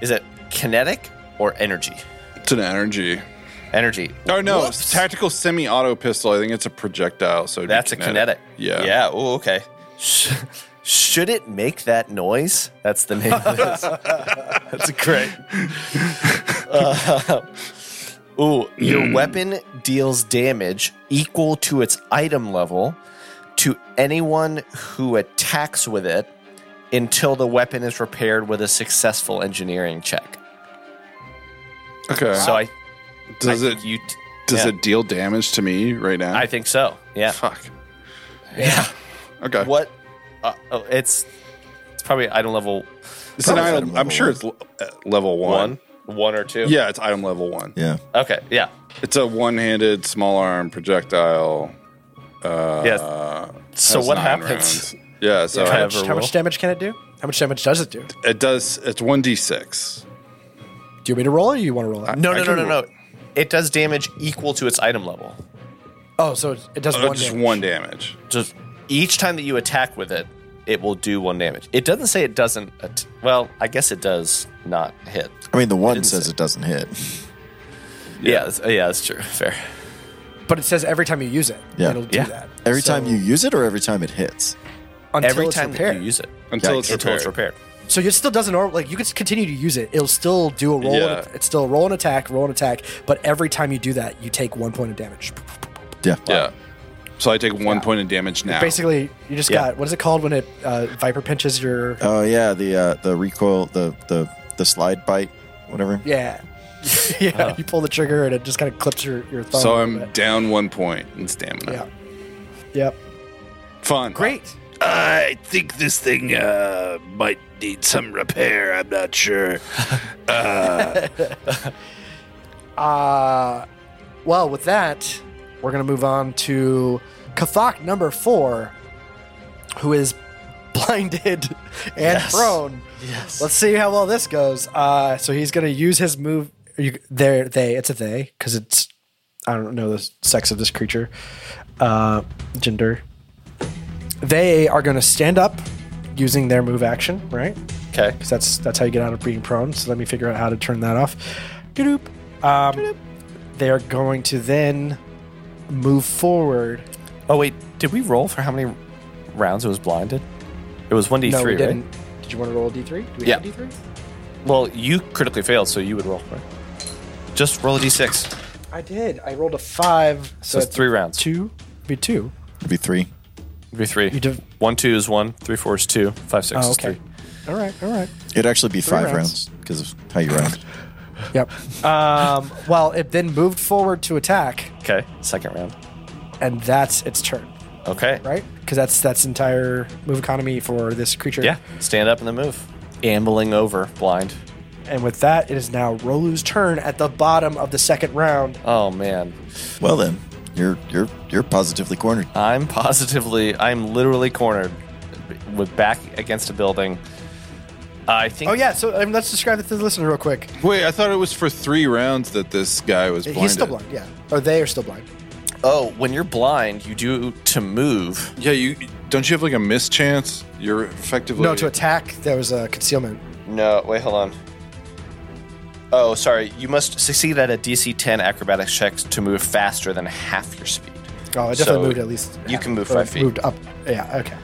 Is it kinetic or energy? It's an energy. Energy. Oh no, Whoops. tactical semi-auto pistol. I think it's a projectile, so it'd be That's a kinetic. Yeah, Yeah. Oh, okay. Sh- Should it make that noise? That's the name of this. That's great. Uh, ooh, your Mm. weapon deals damage equal to its item level to anyone who attacks with it until the weapon is repaired with a successful engineering check. Okay. So I does I it think you? T- does yeah. it deal damage to me right now? I think so. Yeah. Fuck. Yeah. Okay. What? Uh, oh, it's it's probably item level It's an Probably item. item I'm level sure it's l- uh, level one. one, one or two. Yeah, it's item level one. Yeah. Okay. Yeah. It's a one-handed small arm projectile. yeah. so Has what nine happens? rounds. Yeah. So How Yeah. much, Ever how roll. much damage can it do? How much damage does it do? Do it does. It's one d six. you want me to roll, or you want to roll it? Uh, No, I no, no, can no, roll. no. It does damage equal to its item level. Oh, so it it does one. Uh, Just damage. one damage. Just each time that you attack with it, it will do one damage. It doesn't say it doesn't. At- well, I guess it does not hit. I mean, the one didn't says say. it doesn't hit. Yeah. that's- uh, yeah. That's true. Fair. But it says every time you use it, Yeah. it'll do Yeah. that. Every So time you use it or every time it hits? until Every it's time that repaired. you use it Until Yeah, it's until repaired. it's repaired. So it still doesn't or- like you can continue to use it. It'll still do a roll. Yeah. And, it's still a roll and attack, roll and attack. But every time you do that, you take one point of damage. Yeah. Yeah. So I take one point of damage now. Basically, you just Yeah. got what is it called when it uh, viper pinches your? Oh yeah, the uh, the recoil, the the the slide bite, whatever. yeah, yeah. You pull the trigger and it just kind of clips your your thumb. Uh. so a I'm um, little bit. down one point in stamina. Yeah. Yep. Fun. Great. I think this thing uh, might need some repair. I'm not sure. Uh, well, with that, we're going to move on to Kathak number four, who is blinded and prone. Yes. Let's see how well this goes. Uh, so he's going to use his move. You, there, they. It's a they because it's. I don't know the sex of this creature, uh, gender. They are going to stand up using their move action, right? Okay. because that's that's how you get out of being prone. So let me figure out how to turn that off. Doop. Um, they are going to then move forward Oh wait, did we roll for how many rounds it was blinded? It was one d no, we E three, right? didn't. Did you want to roll a d3? Do we Yeah. have a d3? Well, you critically failed, so you would roll for it. Just roll a d6. I did. I rolled a five. So So, it's three rounds. Two. Be two. It'd be three. It'd be three. You div- one two is one. Three four is two. Five six Oh, is okay. three. All right. All right. It'd actually be five rounds. rounds because of how you round. Yep. Um, well, it then moved forward to attack, Okay. Second round. and that's its turn, Okay. right? Because that's that's entire move economy for this creature. Yeah. Stand up and then move. Ambling over, blind. And with that, it is now Rolu's turn at the bottom of the second round. Oh man, Well then, you're you're you're positively cornered. I'm positively, I'm literally cornered with back against a building. I think. Oh yeah. So um, let's describe it to the listener real quick. Wait, I thought it was for three rounds that this guy was blinded. He's still blind. Yeah. Or they are still blind. Oh, when you're blind, you do to move. Yeah, you don't you have like a miss chance? You're effectively No, to attack there was a concealment. No, wait, hold on. Oh, sorry. You must succeed at a DC 10 acrobatics check to move faster than half your speed. Oh, I definitely So moved at least. you can move or five feet. Moved up. Yeah. Okay.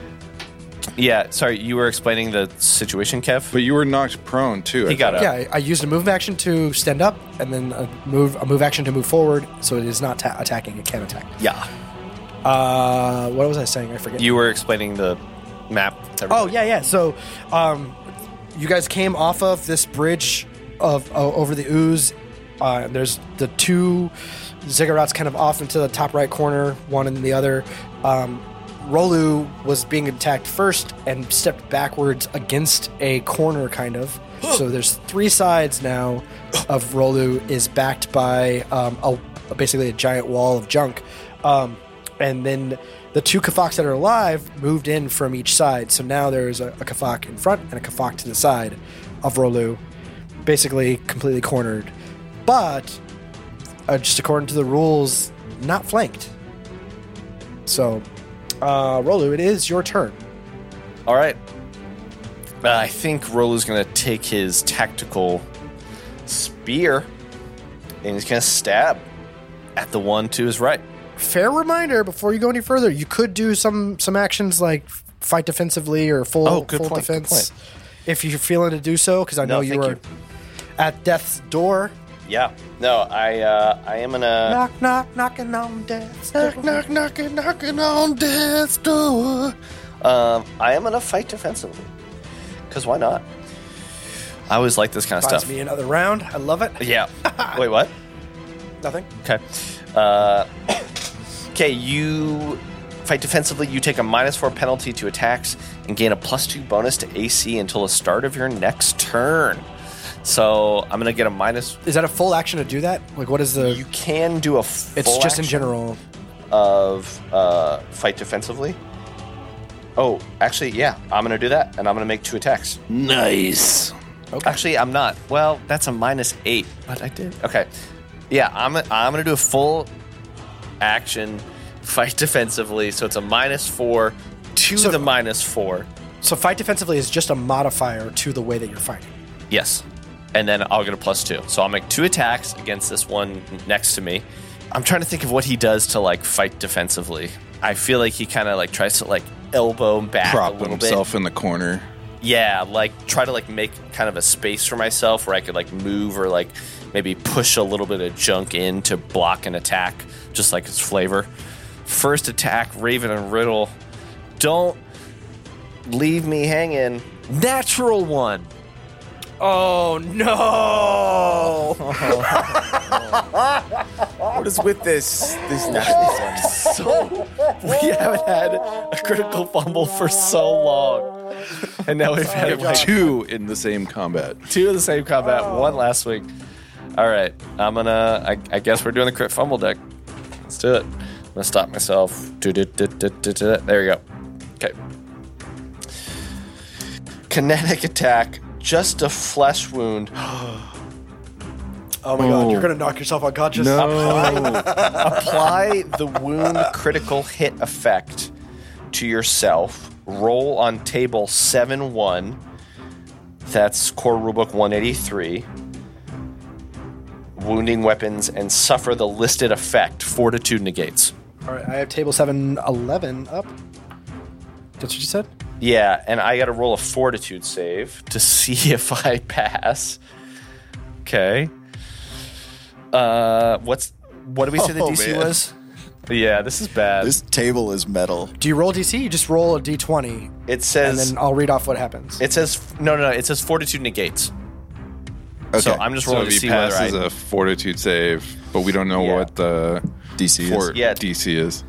Yeah, sorry. You were explaining the situation, Kev. But you were knocked prone too. he I got up. Yeah, I, I used a move action to stand up, and then a move a move action to move forward. So it is not ta- attacking; it can attack. Yeah. Uh, what was I saying? I forget. You were explaining the map. to oh everybody. yeah, yeah. So, um, you guys came off of this bridge of o over the ooze. Uh, there's the two ziggurats kind of off into the top right corner, one and the other. Um, Rolu was being attacked first and stepped backwards against a corner, kind of. so there's three sides now of Rolu is backed by um, a, basically a giant wall of junk. Um, and then the two Kafaks that are alive moved in from each side. So now there's a, a Kafak in front and a Kafak to the side of Rolu, basically completely cornered. But uh, just according to the rules, not flanked. So, uh, Rolu, it is your turn. All right. Uh, I think Rolo's going to take his tactical spear and he's going to stab at the one to his right. Fair reminder before you go any further, you could do some some actions like fight defensively or full, Oh, good full point, good defense point. if you're feeling to do so, because I No, know you thank are you. at death's door. Yeah. No, I uh, I am going to. knock, knock, knocking on death's door. knocking, knocking on death's door. Um, I am going to fight defensively. Because why not? I always like this kind of Buys stuff. me another round. I love it. Yeah. Wait, what? Nothing. Okay. Uh, okay, you fight defensively. You take a minus four penalty to attacks and gain a plus two bonus to AC until the start of your next turn. So I'm going to get a minus. Is that a full action to do that? Like, what is the? You can do a. Full it's just in action general. of uh, fight defensively. Oh, actually, yeah, I'm going to do that, and I'm going to make two attacks. Nice. Actually, I'm not. Well, that's a minus eight, but I did. Okay. Yeah, I'm, I'm going to do a full action fight defensively. So it's a minus four to So- the minus four. So fight defensively is just a modifier to the way that you're fighting. Yes. And then I'll get a plus two. So I'll make two attacks against this one next to me. I'm trying to think of what he does to like fight defensively. I feel like he kind of like tries to like elbow back a prop little himself in the corner. bit. Yeah, like try to like make kind of a space for myself where I could like move or like maybe push a little bit of junk in to block an attack, just like its flavor. First attack, Raven and Riddle. Don't leave me hanging. Natural one. Oh no! What is with this? This natural so we haven't had a critical fumble for so long, and now we've I had have like two in the same combat. two of the same combat, one last week. All right, I'm gonna. I, I guess we're doing the crit fumble deck. Let's do it. I'm gonna stop myself. Do, do, do, do, do, do. There we go. Okay. Kinetic attack, just a flesh wound. Oh my god! You're gonna knock yourself unconscious. apply the wound critical hit effect to yourself. Roll on table 7 1. That's core rulebook 183. Wounding weapons and suffer the listed effect. Fortitude negates. All right, I have table seven eleven up. That's what you said. Yeah, and I got to roll a fortitude save to see if I pass. Okay. Uh, what's what did we say the Oh, DC man. was? Yeah, this is bad. This table is metal. Do you roll DC? You just roll a d20, it and says then I'll read off what happens. it says no, no, no. It says fortitude negates. Okay. So I'm just So rolling if to he see whether I. passes a fortitude save, but we don't know Yeah. what the DC fort is. Yeah. DC is.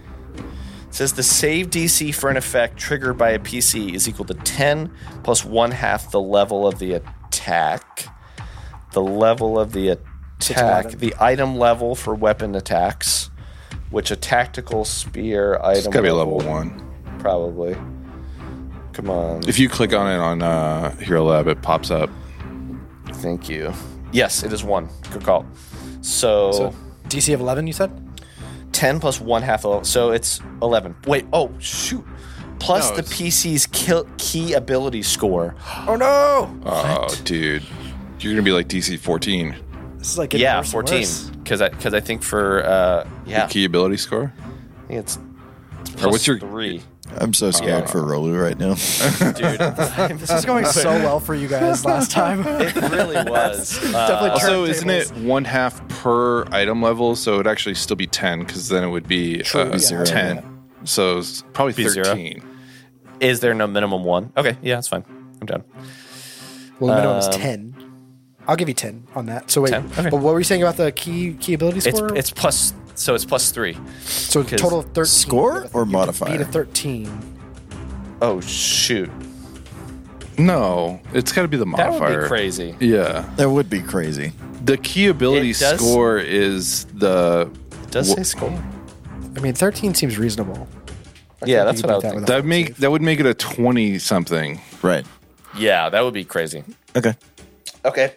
It says the save DC for an effect triggered by a PC is equal to 10 plus one half the level of the attack. The level of the attack, 11. the item level for weapon attacks, which a tactical spear item. It's gotta be level one. Probably. Come on. If you click on it on uh, Hero Lab, it pops up. Thank you. Yes, it is one. Good call. So, So DC of eleven, you said. 10 plus one half the level. So it's 11. Wait, oh, shoot. Plus No, the it's- PC's kill, key ability score. Oh, dude, you're gonna be like DC 14. This is like getting yeah, worse and fourteen. worse. Because I because I think for uh, yeah, Your key ability score. I think it's. it's Or what's plus your- three? I'm so scared for Rolu right now. This is going so well for you guys last time. It really was. Uh, Definitely Also, turntables. isn't it one half per item level? So it would actually still be 10 because then it would be uh, zero, 10. yeah. So it's probably Be zero. 13. is there no minimum one? Okay, yeah, that's fine. I'm done. Well, the minimum is Um, ten. I'll give you ten on that. So wait, 10? Okay. but what were you saying about the key key ability It's score? it's plus so it's plus three. so it's a total of thirteen. Score or Beat a modifier? thirteen. Oh shoot, No, it's got to be the that modifier. would be crazy. Yeah. That would be crazy. The key ability It does- score is the. It does Wha- say score? I mean, thirteen seems reasonable. Yeah, that's you what I beat would that think. with a- That make that would make it a 20 something. Right. Yeah, that would be crazy. Okay. Okay.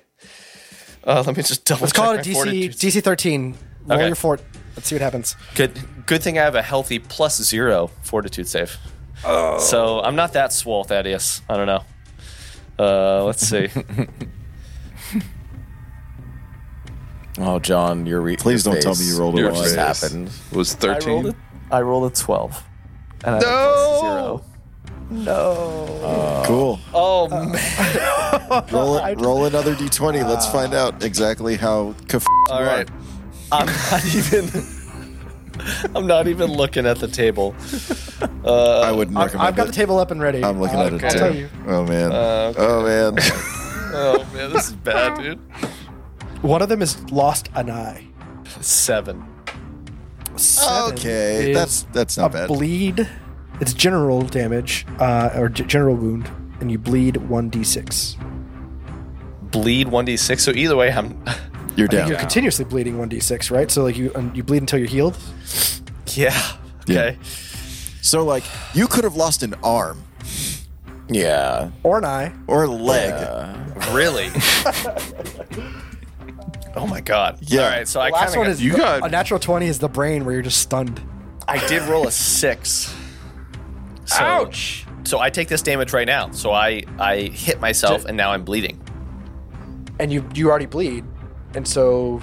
Uh, let me just double. Let's call it a DC DC thirteen. Roll Okay. your fort. Let's see what happens. Good. Good thing I have a healthy plus zero fortitude save. Oh. So I'm not that swole, Thaddeus. I don't know. Uh, let's see. Oh, John, you're re- Please your don't tell face. me you rolled a Your one. face. What happened? Was I rolled 13. a, I rolled a twelve. And I have a plus zero. Ah, Cool. Uh, Oh man! Roll, it, roll another d20. Let's find out exactly how. Kaf- All right. I'm not even. I'm not even looking at the table. I wouldn't I've, recommend I've got the it. table up and ready. I'm looking Uh, at it I'll too. tell you. Oh man. Uh, Oh man. Oh man, this is bad, dude. One of them is lost an eye. Seven. Seven okay, is that's that's not a bad. bleed. It's general damage uh, or g- general wound, and you bleed one d6. Bleed one d six. So either way, I'm. You're I think down. you're continuously bleeding 1d6, right? So like you um, you bleed until you're healed. Yeah. Okay. So like, you could have lost an arm Yeah. Or an eye. or a leg. Really? oh my god. Yeah. All right, so I The last kind one of is you the- got- a natural 20 is the brain where you're just stunned. I did roll a 6. So, Ouch. So I take this damage right now. So I I hit myself and now I'm bleeding. And you you already bleed. And so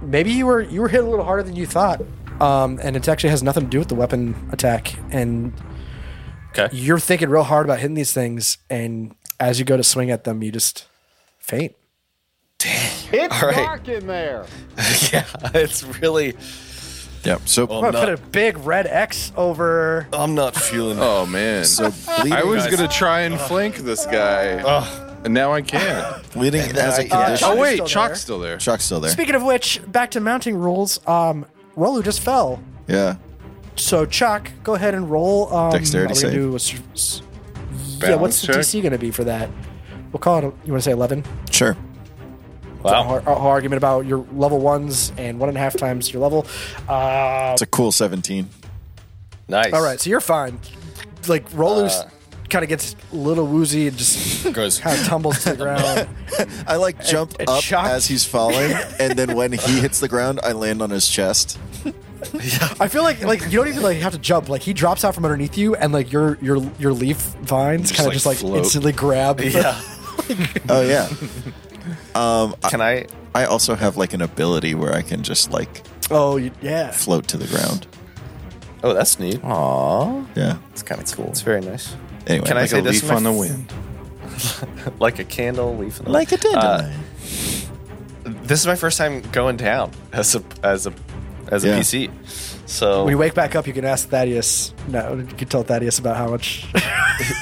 maybe you were you were hit a little harder than you thought. Um, and it actually has nothing to do with the weapon attack. And Okay. you're thinking real hard about hitting these things, and as you go to swing at them, you just faint. It's All right. dark in there. yeah, it's really Yep. So I'm not, big red X over. I'm not feeling Oh, man. so I bleeding, was going to try and flank this guy. and now I can't. bleeding as uh, a condition. Chalk oh, is wait. still Chalk's there. still there. Chuck's still there. Speaking of which, back to mounting rules. Um, Rolu just fell. Yeah. So Chuck, go ahead and roll. Um, Dexterity are we gonna save. do a s- s- yeah, what's the DC going to be for that? We'll call it. A, you want to say eleven? Sure. Wow. Our, our argument about your level ones and one and a half times your level. Uh, It's a cool 17. Nice. all right, so you're fine. Like Rolu's kind of gets a little woozy and just Goes. kind of tumbles to the ground. I like jump and up Chuck- as he's falling, and then when he hits the ground, I land on his chest. I feel like like you don't even like have to jump. Like he drops out from underneath you, and like your your your leaf vines kind of like, just like float. instantly grab. Yeah. Oh yeah. Can I I also have like an ability where I can just like Oh you- yeah. float to the ground. Oh, that's neat. Aww. Yeah. It's kind of cool. It's very nice. Anyway, Can I like say a this leaf is my on the f- wind. like a candle leaf in the Like a Uh, dandelion. This is my first time going down as a as a as a Yeah. PC. So When you wake back up, you can ask Thaddeus. No, you can tell Thaddeus about how much.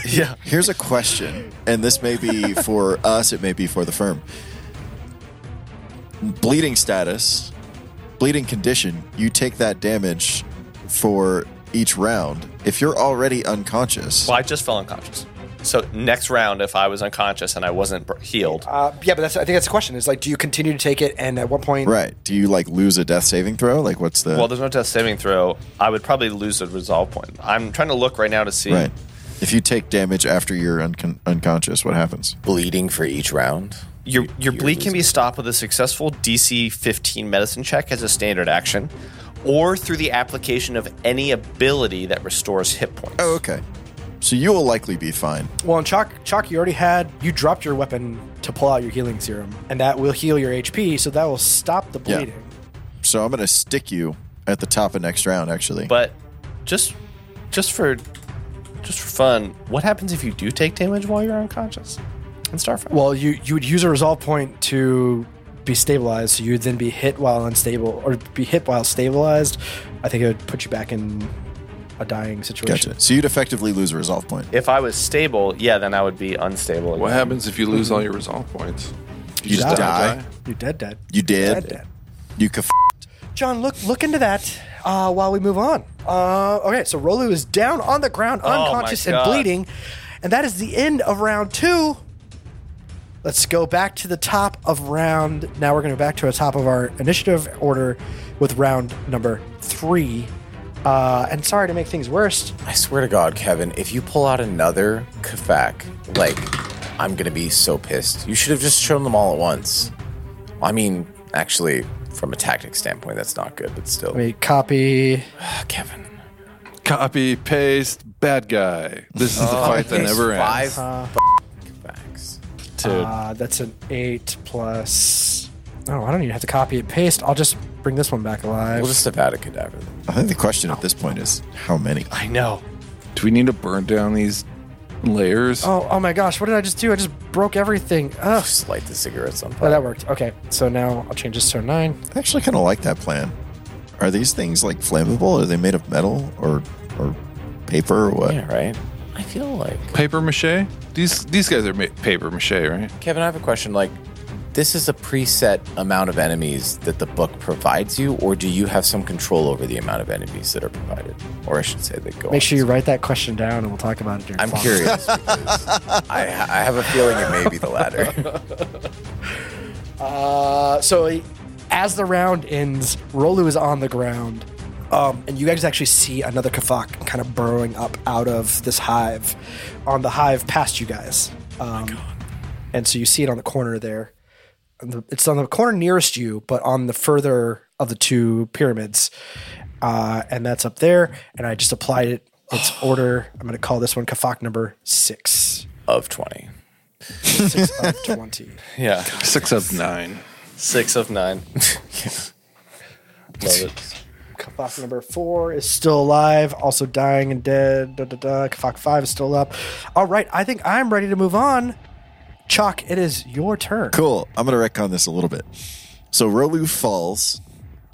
yeah. Here's a question, and this may be for us, it may be for the firm. Bleeding status, bleeding condition, you take that damage for each round. If you're already unconscious, Well, I just fell unconscious. So next round, if I was unconscious and I wasn't br- healed, Uh, yeah, but that's, I think that's the question. Is like, do you continue to take it, and at what point? right, do you like lose a death saving throw? Like, what's the. well, there's no death saving throw. I would probably lose a resolve point. I'm trying to look right now to see. right. If you take damage after you're uncon unconscious, what happens? Bleeding for each round. Your your You're bleed can be stopped with a successful DC 15 medicine check as a standard action, or through the application of any ability that restores hit points. Oh, okay. So you will likely be fine. Well, in Chalk, Chalk, you already had you dropped your weapon to pull out your healing serum, and that will heal your HP, so that will stop the Yeah. bleeding. So I'm going to stick you at the top of next round, actually. But just just for just for fun, what happens if you do take damage while you're unconscious in Starfire? Well, you you would use a resolve point to be stabilized, so you would then be hit while unstable, or be hit while stabilized. I think it would put you back in a dying situation. gotcha. So you'd effectively lose a resolve point. if I was stable, yeah, then I would be unstable. Again. What happens if you lose all your resolve points? You just die. You're dead, dead, You did. dead, dead. You could. John, look look into that uh, while we move on. Uh, okay, so Rolu is down on the ground, my unconscious and God. bleeding, and that is the end of round two. Let's go back to the top of round. Now we're going to go back to the top of our initiative order with round number three. Uh, and sorry to make things worse. I swear to God, Kevin, if you pull out another Kafak, like, I'm gonna be so pissed. You should have just shown them all at once. I mean, actually, from a tactic standpoint, that's not good, but still. Let me copy. Ah, Kevin. Copy, paste, bad guy. This is the Oh, fight that never ends. Five f***ing Kafaks. Uh, that's an eight plus. Oh, I don't even have to copy and paste. I'll just bring this one back alive. We'll just have had a cadaver. I think the question at this point is how many. I know. Do we need to burn down these layers? oh, oh my gosh! What did I just do? I just broke everything. Ugh. Just light the cigarettes on Oh, fire. that worked. Okay, so now I'll change this to a nine. I actually kind of like that plan. Are these things like flammable? Are they made of metal or or paper or what? yeah, right? I feel like. Paper mache? These these guys are ma- paper mache, right? Kevin, I have a question. Like, this is a preset amount of enemies that the book provides you, or do you have some control over the amount of enemies that are provided? Or I should say that go. on. Make sure you write that question down, and we'll talk about it during. I'm class. curious. because I, I have a feeling it may be the latter. Uh, so, as the round ends, Rolu is on the ground, um, and you guys actually see another Kafak kind of burrowing up out of this hive, on the hive past you guys, um, and so you see it on the corner there. On the- It's on the corner nearest you, but on the further of the two pyramids, uh, and that's up there. And I just applied it. Its order. I'm going to call this one Kafak number six. of 20. Six of twenty. Yeah, Six of nine. six of nine. Love it. Kafak number four is still alive, also dying and dead. Da, da, da. Kafak five is still up. All right, I think I'm ready to move on. Chalk, it is your turn. Cool. I'm gonna retcon this a little bit. So Rolu falls.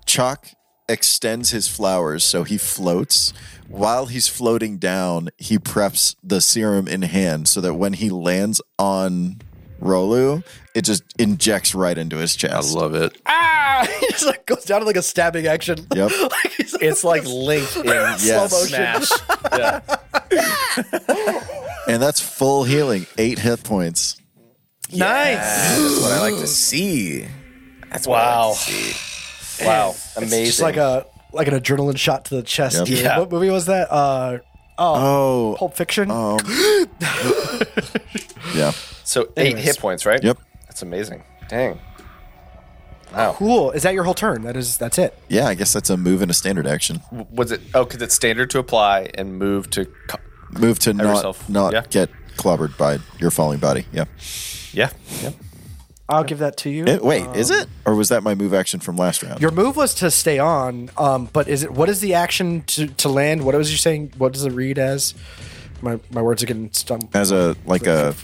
Chalk extends his flowers so he floats. While he's floating down, he preps the serum in hand so that when he lands on Rolu, it just injects right into his I chest. love it. Ah! He just like goes down to like a stabbing action. Yep. like he's It's like Link in Yes. Smash. Yeah. and that's full healing, eight hit points. That's what I like to see. That's what I Wow. like to see. Wow. just Amazing. like a like an adrenaline shot to the chest. Yep. dude. Yeah. What movie was that? Uh, Oh, Pulp Fiction. Um, yeah. so eight Anyways. hit points, right? Yep. That's amazing. Dang. Wow. Cool. Is that your whole turn? That is. That's it. Yeah, I guess that's a move and a standard action. Was it? Oh, because it's standard to apply and move to. Co- Move to not yourself. not Yeah. get clobbered by your falling body. Yeah. yeah. Yep. I'll give that to you. It- wait, Um, is it? Or was that my move action from last round? Your move was to stay on, um, but is it? What is the action to, to land? What was you saying? What does it read as? My my words are getting stumbled. As a like a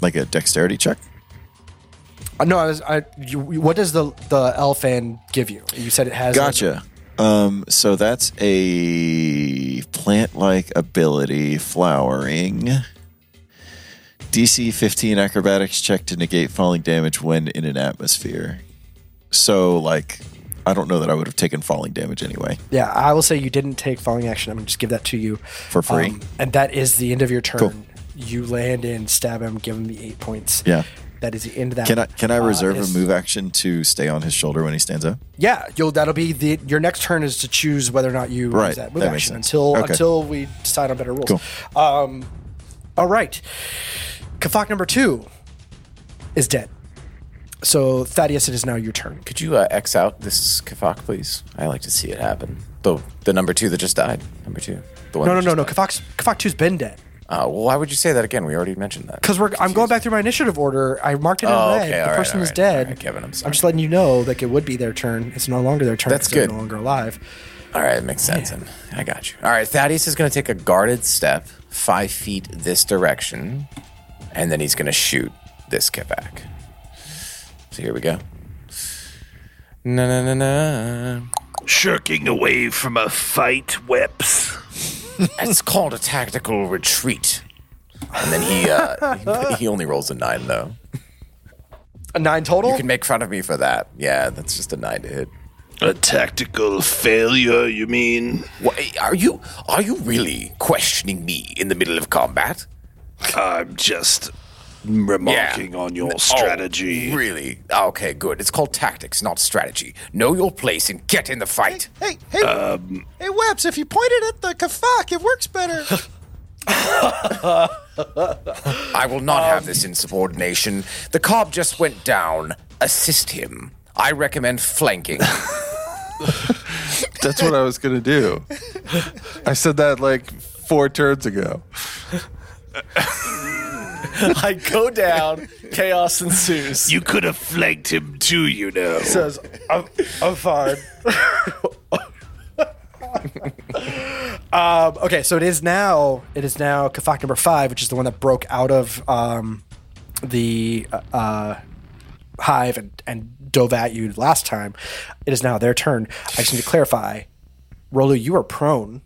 like a dexterity check. Uh, no, I was. I, you, what does the the elfan give you? You said it has. Gotcha. Um, so that's a plant-like ability, flowering. DC 15 acrobatics check to negate falling damage when in an atmosphere. So, like, I don't know that I would have taken falling damage anyway. Yeah, I will say you didn't take falling action. I'm gonna just give that to you Um, For free? and that is the end of your turn. Cool. You land in, stab him, give him the eight points. Yeah. that is the end of that. Can I can I Uh, reserve it a is- move action to stay on his shoulder when he stands up? Yeah, you'll. That'll be the your next turn is to choose whether or not you Right, use that move that makes action sense. until Okay. until we decide on better rules. Um, all right, Kafak number two is dead. So Thaddeus, it is now your turn. Could you uh, X out this Kafak, please? I like to see it happen. The the number two that just died. Number two. The one No, no, that no, just no. Kafak Kafak two's been dead died. Uh, well, why would you say that again? We already mentioned that. because we're. I'm going back through my initiative order. I marked it in Oh, red. okay, all the right, person all is right, dead. all right, Kevin, I'm sorry. I'm just letting you know like it would be their turn. It's no longer their turn. That's 'cause they're good. No longer alive. All right, makes sense. And I got you. All right, Thaddeus is going to take a guarded step five feet this direction, and then he's going to shoot this Kavak. So here we go. Na na na na. Shirking away from a fight, whips. It's called a tactical retreat. And then he uh, he only rolls a nine though. A nine total. You can make fun of me for that. Yeah, that's just a nine to hit. A tactical failure, you mean? Wait, are you are you really questioning me in the middle of combat? I'm just remarking on your strategy. Oh, really? Okay, good. It's called tactics, not strategy. Know your place and get in the fight. Um, Hey, hey, hey, Webs! If you point it at the kafak, it works better. I will not have this insubordination. The cob just went down. Assist him. I recommend flanking. That's what I was gonna do. I said that like four turns ago. I go down, chaos ensues. You could have flanked him too, you know. says, I'm, I'm fine. um, okay, so it is now it is now Kafak number five, which is the one that broke out of um, the uh, uh, hive and, and dove at you last time. It is now their turn. I just need to clarify, Rolu, you are prone,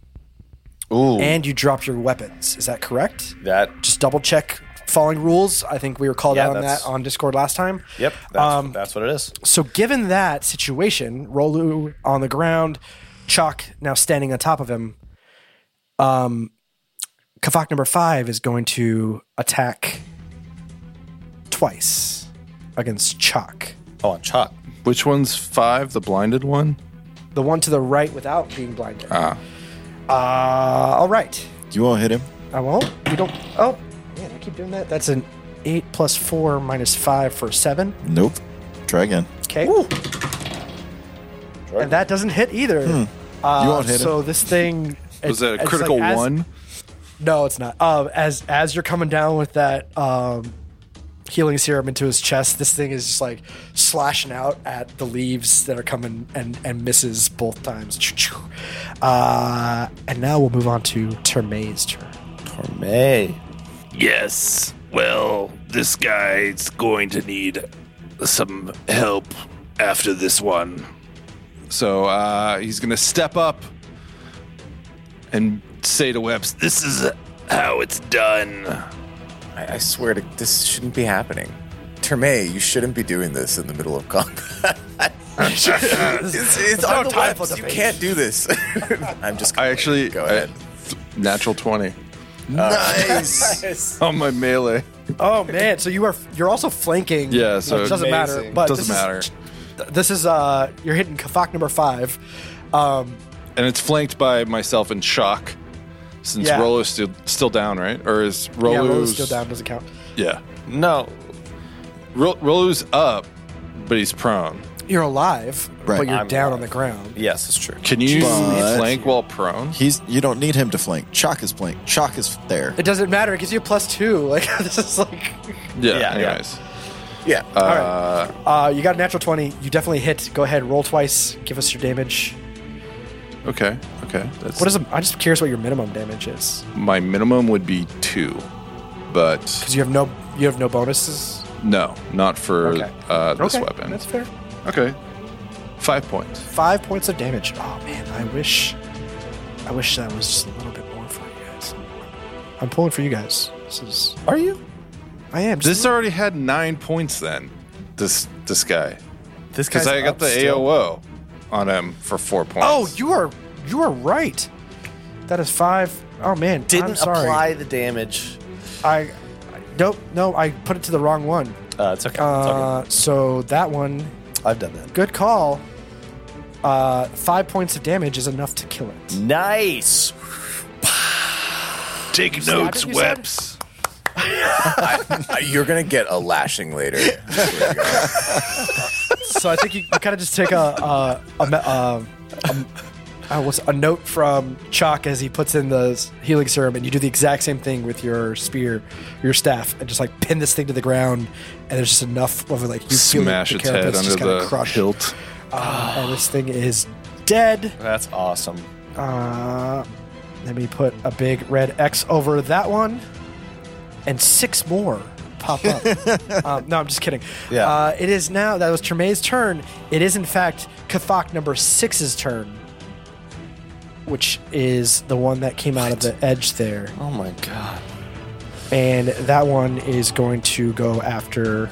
Ooh, and you dropped your weapons. Is that correct? That Just double check following rules. I think we were called Yeah, out on that's- that on Discord last time. yep. That's, that's what it is. So, given that situation, Rolu on the ground, Chalk now standing on top of him, um, Kafak number five is going to attack twice against Chalk. Oh, on chalk. which one's five? The blinded one. The one to the right without being blinded. Ah. Uh, all right. you won't hit him. I won't. You don't. Oh, man, I keep doing that. That's an eight plus four minus five for seven. Nope. Try again. Okay. And that doesn't hit either. Hmm. Uh, You won't hit so this thing Was it- that a it's critical like as- one? No, it's not. Um, as as you're coming down with that um, healing serum into his chest, this thing is just like slashing out at the leaves that are coming and and misses both times. Choo-choo. Uh, and now we'll move on to Termay's turn. May. Yes. Well, this guy's going to need some help after this one. So uh, he's gonna step up and say to Webs, This is how it's done. I, I swear to this shouldn't be happening. Terme, you shouldn't be doing this in the middle of combat. it's it's on the time for webs. You debate. can't do this. I'm just. I actually go I- ahead. th- natural twenty Nice. on my melee. Oh man! So you are you're also flanking. Yeah, so it doesn't matter. But doesn't this is- matter. this is uh you're hitting Kafak number five. Um, and it's flanked by myself and Shock, since Yeah. Rolo's still still down, right? Or is Rolo's, yeah, roll is still down doesn't count. Yeah, No. Ro- Rolo's up, but he's prone. You're alive, Right. but you're I'm down alive. on the ground. Yes, it's true. Can you But- flank while prone? He's. You don't need him to flank. Chalk is flank. Chalk is there. It doesn't matter. It gives you a plus two. Like this is like Yeah. Yeah, yeah. anyways, Yeah. Uh, Uh, you got a natural 20. You definitely hit. Go ahead, roll twice. Give us your damage. Okay. Okay. That's What is the, I'm just curious what your minimum damage is. my minimum would be two, but Because you have no you have no bonuses. no, not for Okay. uh, this Okay, weapon. That's fair. Okay. Five points. Five points of damage. Oh man, I wish I wish that was just a little bit more for you guys. I'm pulling for you guys. This is Are you? I am just This already had nine points then. This this guy. This Because guy's I got up the still. AOO on him for four points. Oh, you are you are right. That is five oh man, I'm Didn't sorry. apply the damage. I nope, no, I put it to the wrong one. Uh, it's okay. it's okay. Uh, so that one, I've done that. good call. Uh, five points of damage is enough to kill it. Nice. Take Slap notes, it, you said? Weps. Uh, You're going to get a lashing later. so I think you, you kind of just take a a, a, me- um, um, uh, what's- a note from Chalk as he puts in the s- healing serum, and you do the exact same thing with your spear, your staff, and just like pin this thing to the ground, and there's just enough of it like you feel smash like its the head carapace under just kinda the crush. hilt. Uh, and this thing is dead. That's awesome. Uh, let me put a big red X over that one, and six more pop up. um, no, I'm just kidding. Yeah. Uh, it is now that was Tremaine's turn. It is in fact Kafak number six's turn, which is the one that came out of the edge there, Oh my god. and that one is going to go after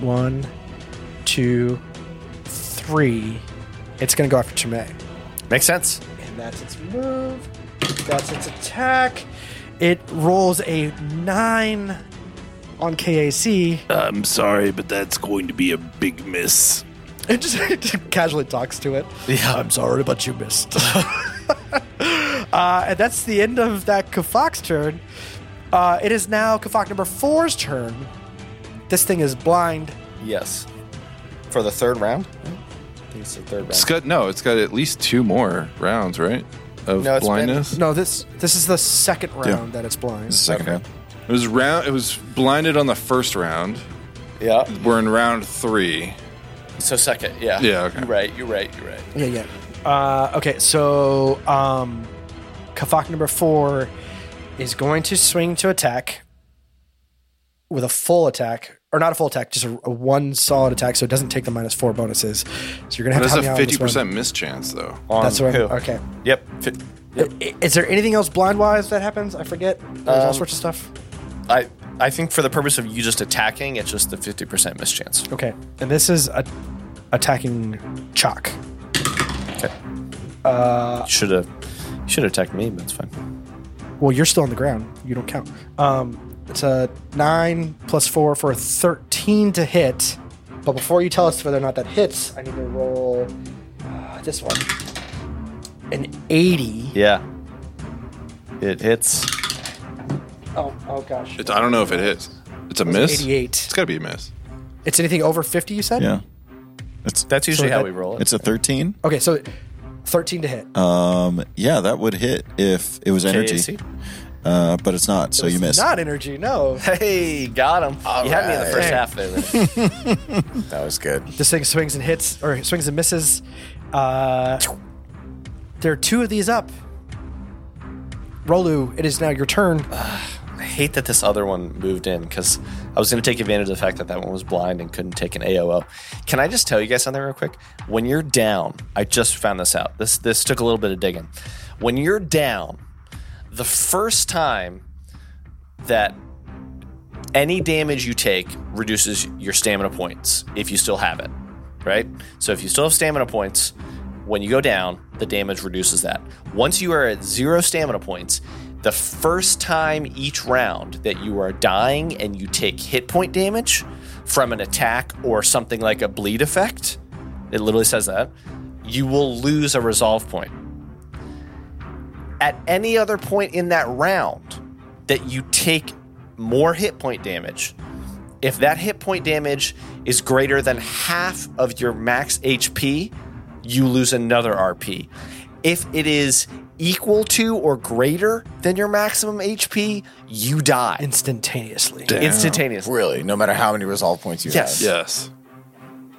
one, two, three. It's going to go after Tremaine. Makes sense. And that's its move. That's its attack. It rolls a nine on KAC. I'm sorry, but that's going to be a big miss. It just, it just casually talks to it. Yeah. I'm sorry, but you missed. uh, and that's the end of that Kafak's turn. Uh, it is now Kafak number four's turn. This thing is blind. Yes. For the third round? I think it's the third round. It's got no. It's got at least two more rounds, right? Of No, it's been- blindness. No, this this is the second round that it's blind. Second round. It was round. It was blinded on the first round. Yeah. We're in round three. So second, yeah. Yeah, okay. You're right, you're right, you're right. Yeah, yeah. Uh, okay, so um, Kafak number four is going to swing to attack with a full attack, or not a full attack, just a, a one solid attack, so it doesn't take the minus four bonuses. So you're gonna have That's to help a me out on fifty this one. percent miss chance, though. That's right. who? Okay. Yep. I- Is there anything else blind wise that happens? I forget. There's all sorts of stuff. I I think for the purpose of you just attacking, it's just the 50% mischance. Okay, and this is a, attacking Chalk. Should have should have attacked me, but it's fine. Well, you're still on the ground. You don't count. Um, it's a nine plus four for a thirteen to hit. But before you tell us whether or not that hits, I need to roll uh, this one. An eighty. Yeah. It hits. Oh, oh gosh. It's, I don't know if it hits. It's a miss. It's Eighty-eight. got to be a miss. It's anything over fifty. You said. Yeah. It's That's usually So how that- we roll it. it's a 13. Okay, so thirteen to hit. Um, yeah, that would hit if it was energy. KAC? Uh, but it's not, so you It's missed. Not energy. No. Hey, got him. you had me in the first right. half there. Vinny. that was good. This thing swings and hits, or swings and misses. Uh, there are two of these up. Rolu, it is now your turn. I hate that this other one moved in because I was going to take advantage of the fact that that one was blind and couldn't take an AOO. Can I just tell you guys something real quick? When you're down, I just found this out. This this took a little bit of digging. When you're down, the first time that any damage you take reduces your stamina points if you still have it, right? So if you still have stamina points, when you go down, the damage reduces that. Once you are at zero stamina points, the first time each round that you are dying and you take hit point damage from an attack or something like a bleed effect, it literally says that, you will lose a resolve point at any other point in that round that you take more hit point damage, if that hit point damage is greater than half of your max HP, you lose another RP. If it is equal to or greater than your maximum HP, you die instantaneously. instantaneously. Really? No matter how many resolve points you Yes. have. Yes.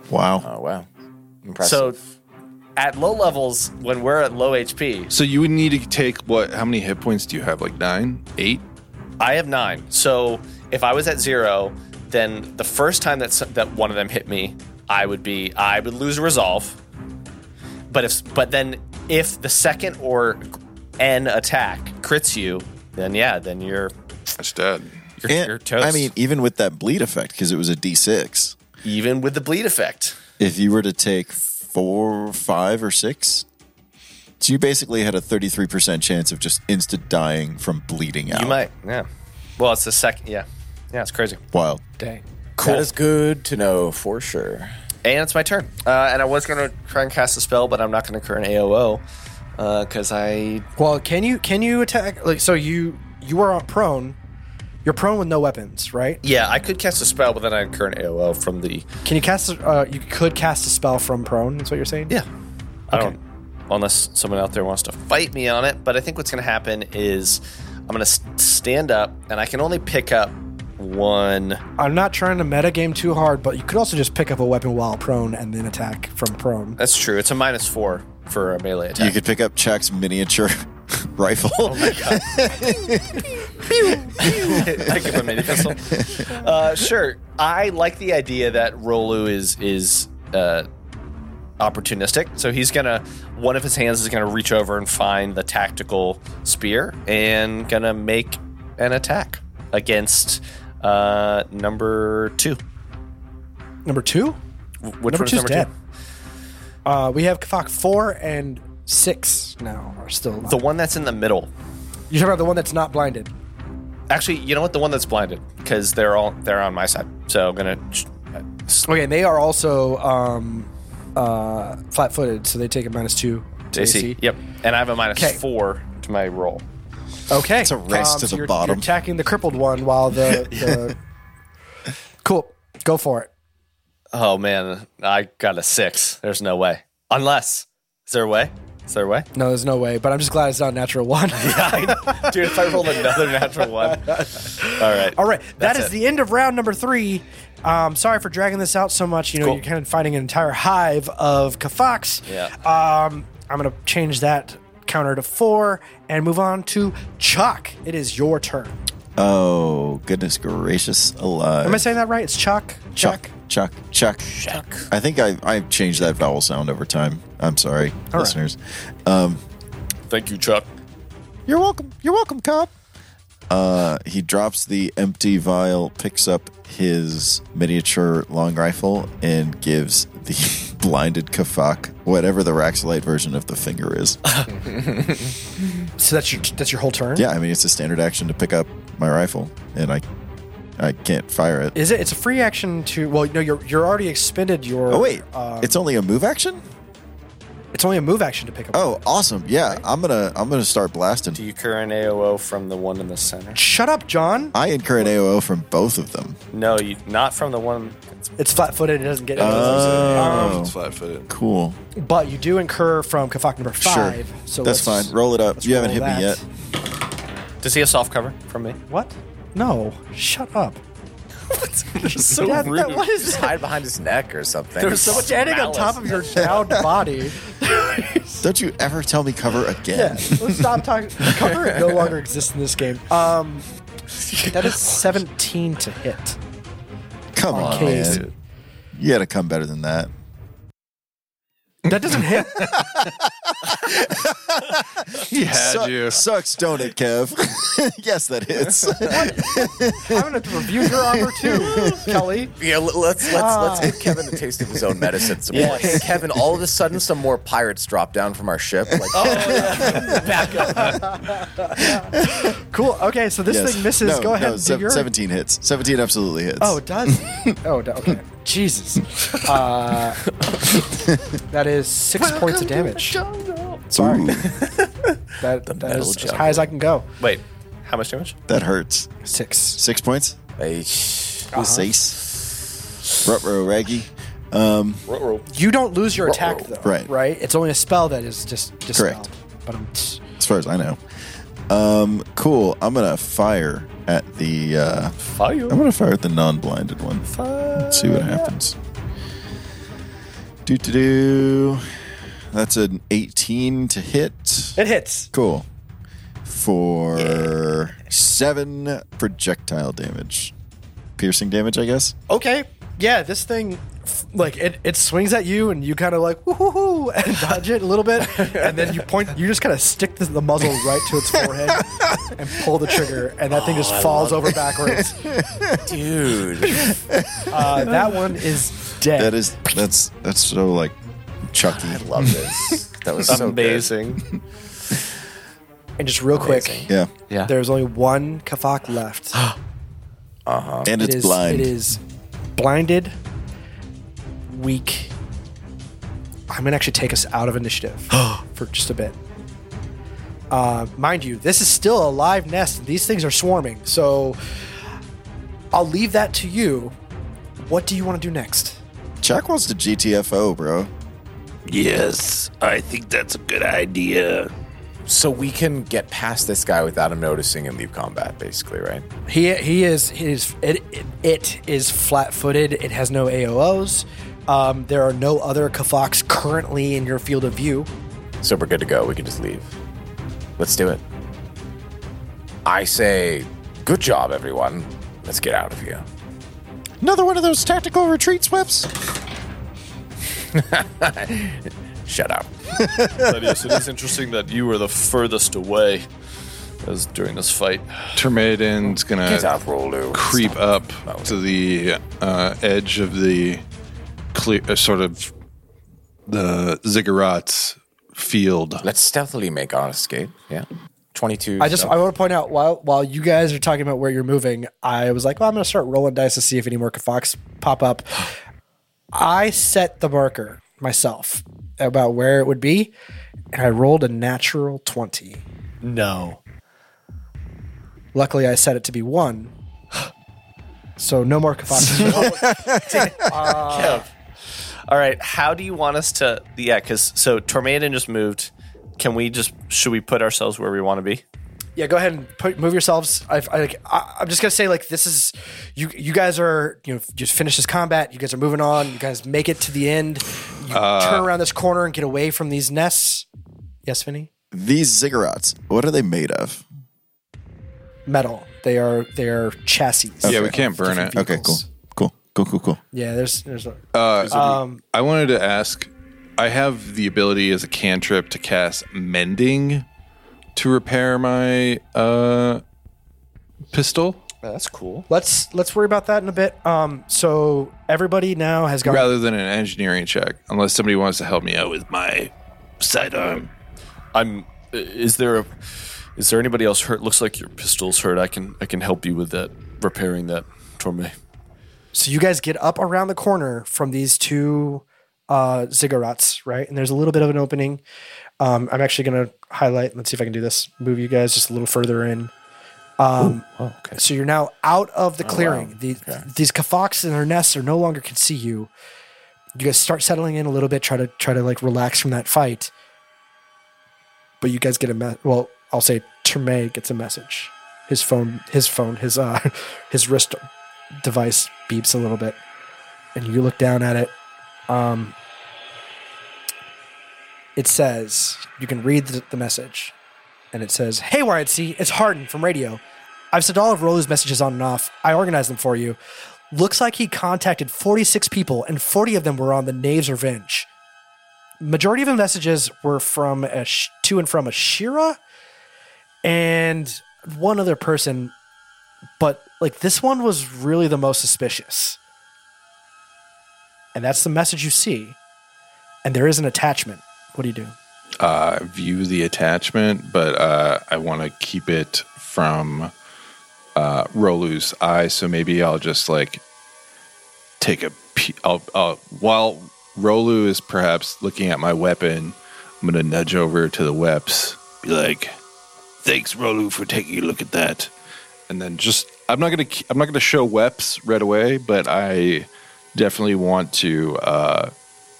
Wow. Oh wow. Impressive. So at low levels, when we're at low HP, So you would need to take what? How many hit points do you have? Like nine, eight? I have nine. So if I was at zero, then the first time that s- that one of them hit me, I would be I would lose resolve. But if but then if the second or n attack crits you, then yeah, then you're That's dead. you're, And, you're toast. I mean, even with that bleed effect, because it was a D6, even with the bleed effect, if you were to take four, five, or six, so you basically had a 33% chance of just instant dying from bleeding out. you might yeah. Oh. Well, it's the second yeah, yeah, it's crazy. Wild. Dang. Cool. That is good to know for sure. And it's my turn. Uh, and I was going to try and cast a spell, but I'm not going to current AOO because uh, I. Well, can you can you attack like so you you are prone. You're prone with no weapons, right? Yeah, I could cast a spell, but then I'd current AOO from the. Can you cast? a- Uh, you could cast a spell from prone. That's what you're saying. Yeah. I don't. Unless someone out there wants to fight me on it. But I think what's going to happen is I'm going to st- stand up and I can only pick up one. I'm not trying to metagame too hard, but you could also just pick up a weapon while prone and then attack from prone. That's true. It's a minus four for a melee attack. You could pick up Chuck's miniature rifle. I give him any pistol. Uh, sure. I like the idea that Rolu is is uh, opportunistic. So he's gonna one of his hands is gonna reach over and find the tactical spear and gonna make an attack against uh, number two. Number two. Wh- Which number one is two's number dead. two? Uh, we have Kafak four and six now are still. Alive. The one that's in the middle. you're talking about the one that's not blinded. Actually, you know what? The one that's blinded because they're all they're on my side. So I'm gonna. uh, Okay, and they are also um, uh, flat-footed, so they take a minus two. to AC. AC. Yep. And I have a minus 'Kay. four to my roll. Okay. It's a race to the you're, bottom. You're attacking the crippled one while the. the cool. Go for it. Oh man, I got a six. There's no way. Unless is there a way? Is there a way? No, there's no way, but I'm just glad it's not a natural one. I- dude, if I rolled another natural one. All right. All right. That That's is it. the end of round number three. Um, sorry for dragging this out so much. You know, Cool. you're kind of fighting an entire hive of Kafox. Yeah. Um, I'm going to change that counter to four and move on to Chuck. It is your turn. oh, goodness gracious alive. Am I saying that right? It's Chuck. Chuck. Chuck. Chuck. Chuck. I think I, I've changed that vowel sound over time. I'm sorry, right. listeners. Um, Thank you, Chuck. You're welcome. You're welcome, Cobb. uh, he drops the empty vial, picks up his miniature long rifle, and gives the blinded Kafak whatever the Raxolite version of the finger is. So that's your that's your whole turn. yeah, I mean it's a standard action to pick up my rifle, and I, I can't fire it. Is it? It's a free action to. Well, no, you're you're already expended your. Oh wait, um, it's only a move action. it's only a move action to pick up. Oh, awesome! Yeah, I'm gonna I'm gonna start blasting. Do you current AOO from the one in the center? Shut up, John. I incur an AOO from both of them. No, you not from the one. It's flat-footed. It doesn't get. Oh. It's flat footed. Cool. Um, but you do incur from Kafak number five. Sure. So That's let's- fine. Roll it up. let's You haven't roll hit me that. yet. Does he have soft cover from me? What? No. Shut up. so That- that- what is Just that? hide behind his neck or something. standing on top of your downed body. Don't you ever tell me cover Yeah. again. Let's stop talking. Cover no longer exists in this game. Um, that is 17 to hit. Come on on, case. man. You gotta come better than that. That doesn't hit. He had Suck- you. Sucks, don't it, Kev? yes, that hits. I'm going to review your armor too, Kelly. Yeah, l- let's let's Ah. let's give Kevin a taste of his own medicine. Some more. Hey, Kevin, all of a sudden, some more pirates drop down from our ship. Like, Cool. Okay, so this Yes. thing misses. No, Go ahead. No, and do sev- your- 17 hits. 17 absolutely hits. Oh, it does. oh, da- okay. Jesus. Uh, that is six points of damage. Sorry. that that metal is as jungle. high as I can go. Wait, how much damage? that hurts. Six. Six points? Uh-huh. hey, Six. Rutro Raggy. Um, You don't lose your attack though, Right. Right? It's only a spell that is just dispelled. Correct. But um, I'm as far as I know. Um, cool. I'm gonna fire at the. Uh, fire. I'm gonna fire at the non-blinded one. Let's see what happens. Do do do. That's an 18 to hit. it hits. Cool. For seven projectile damage, piercing damage, I guess. Okay. Yeah, this thing f- like it, it swings at you and you kind of like woohoo and dodge it a little bit and then you point you just kind of stick the, the muzzle right to its forehead and pull the trigger and that thing just falls over backwards. Dude. Uh, that one is dead. That is that's that's so like Chucky. I love this. That was so amazing. Amazing. and just real quick, Yeah, Yeah. there's only one Kafak left. and it it's is, blind. It is blinded, weak. I'm gonna actually take us out of initiative for just a bit. Uh, mind you, this is still a live nest. These things are swarming, so I'll leave that to you. What do you want to do next? Chuck wants to GTFO, bro. Yes, I think that's a good idea. So we can get past this guy without him noticing and leave combat, basically, right? He he is he is it it, it is flat footed. It has no AOs. Um, there are no other Kafox currently in your field of view. So we're good to go. We can just leave. Let's do it. I say, good job, everyone. Let's get out of here. Another one of those tactical retreat sweeps. Shut up. Thaddeus, it is interesting that you were the furthest away as during this fight. Termadin's Get gonna up, Rolu. creep up to the uh, edge of the clear, uh, sort of the ziggurat's field. Let's stealthily make our escape. Yeah. 22. I just I want to point out while while you guys are talking about where you're moving, I was like, well, I'm gonna start rolling dice to see if any more Fox pop up. I set the marker myself about where it would be, and I rolled a natural twenty. No. Luckily, I set it to be one, so no more Fox. All right. How do you want us to? Yeah, because so Tormaden just moved. Can we just? Should we put ourselves where we want to be? yeah, go ahead and put, move yourselves. I've, I, like, I, I'm just gonna say like this is you. You guys are you know just finish this combat. You guys are moving on. You guys make it to the end. You Uh, turn around this corner and get away from these nests. Yes, Vinny. These ziggurats, what are they made of? Metal. They are they are chassis. Yeah, we can't burn it. Okay, cool, cool, cool, cool, cool. Yeah, there's there's a, Uh, I wanted to ask. I have the ability as a cantrip to cast mending to repair my uh, pistol, That's cool. let's let's worry about that in a bit. Um, so everybody now has gone. rather than an engineering check, unless somebody wants to help me out with my uh, sidearm. I'm. Is there a? Is there anybody else hurt? Looks like your pistol's hurt. I can. I can help you with that. Repairing that, Torme. So you guys get up around the corner from these two uh, ziggurats, right? And there's a little bit of an opening. Um, I'm actually going to highlight. Let's see if I can do this. Move you guys just a little further in. Um, So you're now out of the clearing. The, These kafox and their nests are no longer can see you. You guys start settling in a little bit. Try to try to like relax from that fight. But you guys get a me- well. I'll say Terme gets a message. His phone, his phone, his uh, his wrist device beeps a little bit, and you look down at it. Um, it says you can read the, the message, and it says, "Hey, YNC, it's Harden from Radio. I've sent all of Rolu's messages on and off. I organized them for you. Looks like he contacted 46 people, and 40 of them were on the Knaves Revenge. Majority of the messages were from a sh- to and from Ashira, and one other person but like this one was really the most suspicious. And that's the message you see. And there is an attachment. What do you do? Uh, view the attachment, but uh, I want to keep it from uh, Rolu's eye. So maybe I'll just like take a pe- I'll, I'll, while Rolu is perhaps looking at my weapon. I'm gonna nudge over to the weps, Be like, thanks, Rolu, for taking a look at that. and then just I'm not gonna ke- I'm not gonna show weps right away, but I definitely want to uh,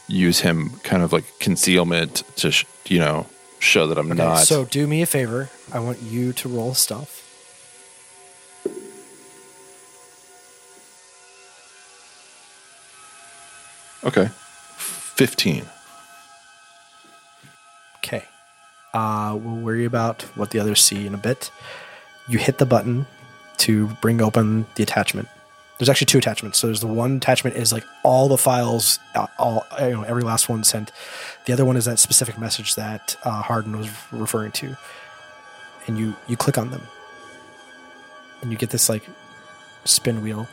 use him kind of like concealment to, sh- you know, show that I'm not. So do me a favor. I want you to roll stuff. okay. 15. Okay. Uh, we'll worry about what the others see in a bit. You hit the button to bring open the attachment. There's actually two attachments. So there's the one attachment is like all the files, uh, all you know, every last one sent. The other one is that specific message that uh, Harden was referring to, and you you click on them, and you get this like spin wheel,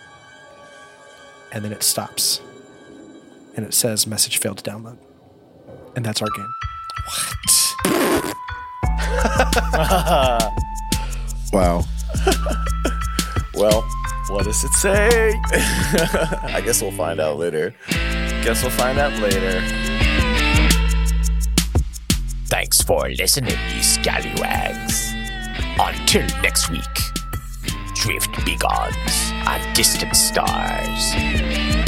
and then it stops, and it says message failed to download, and that's our game. Wow. well, what does it say? I guess we'll find out later. Guess we'll find out later. Thanks for listening, you scallywags. Until next week, drift begons and distant stars.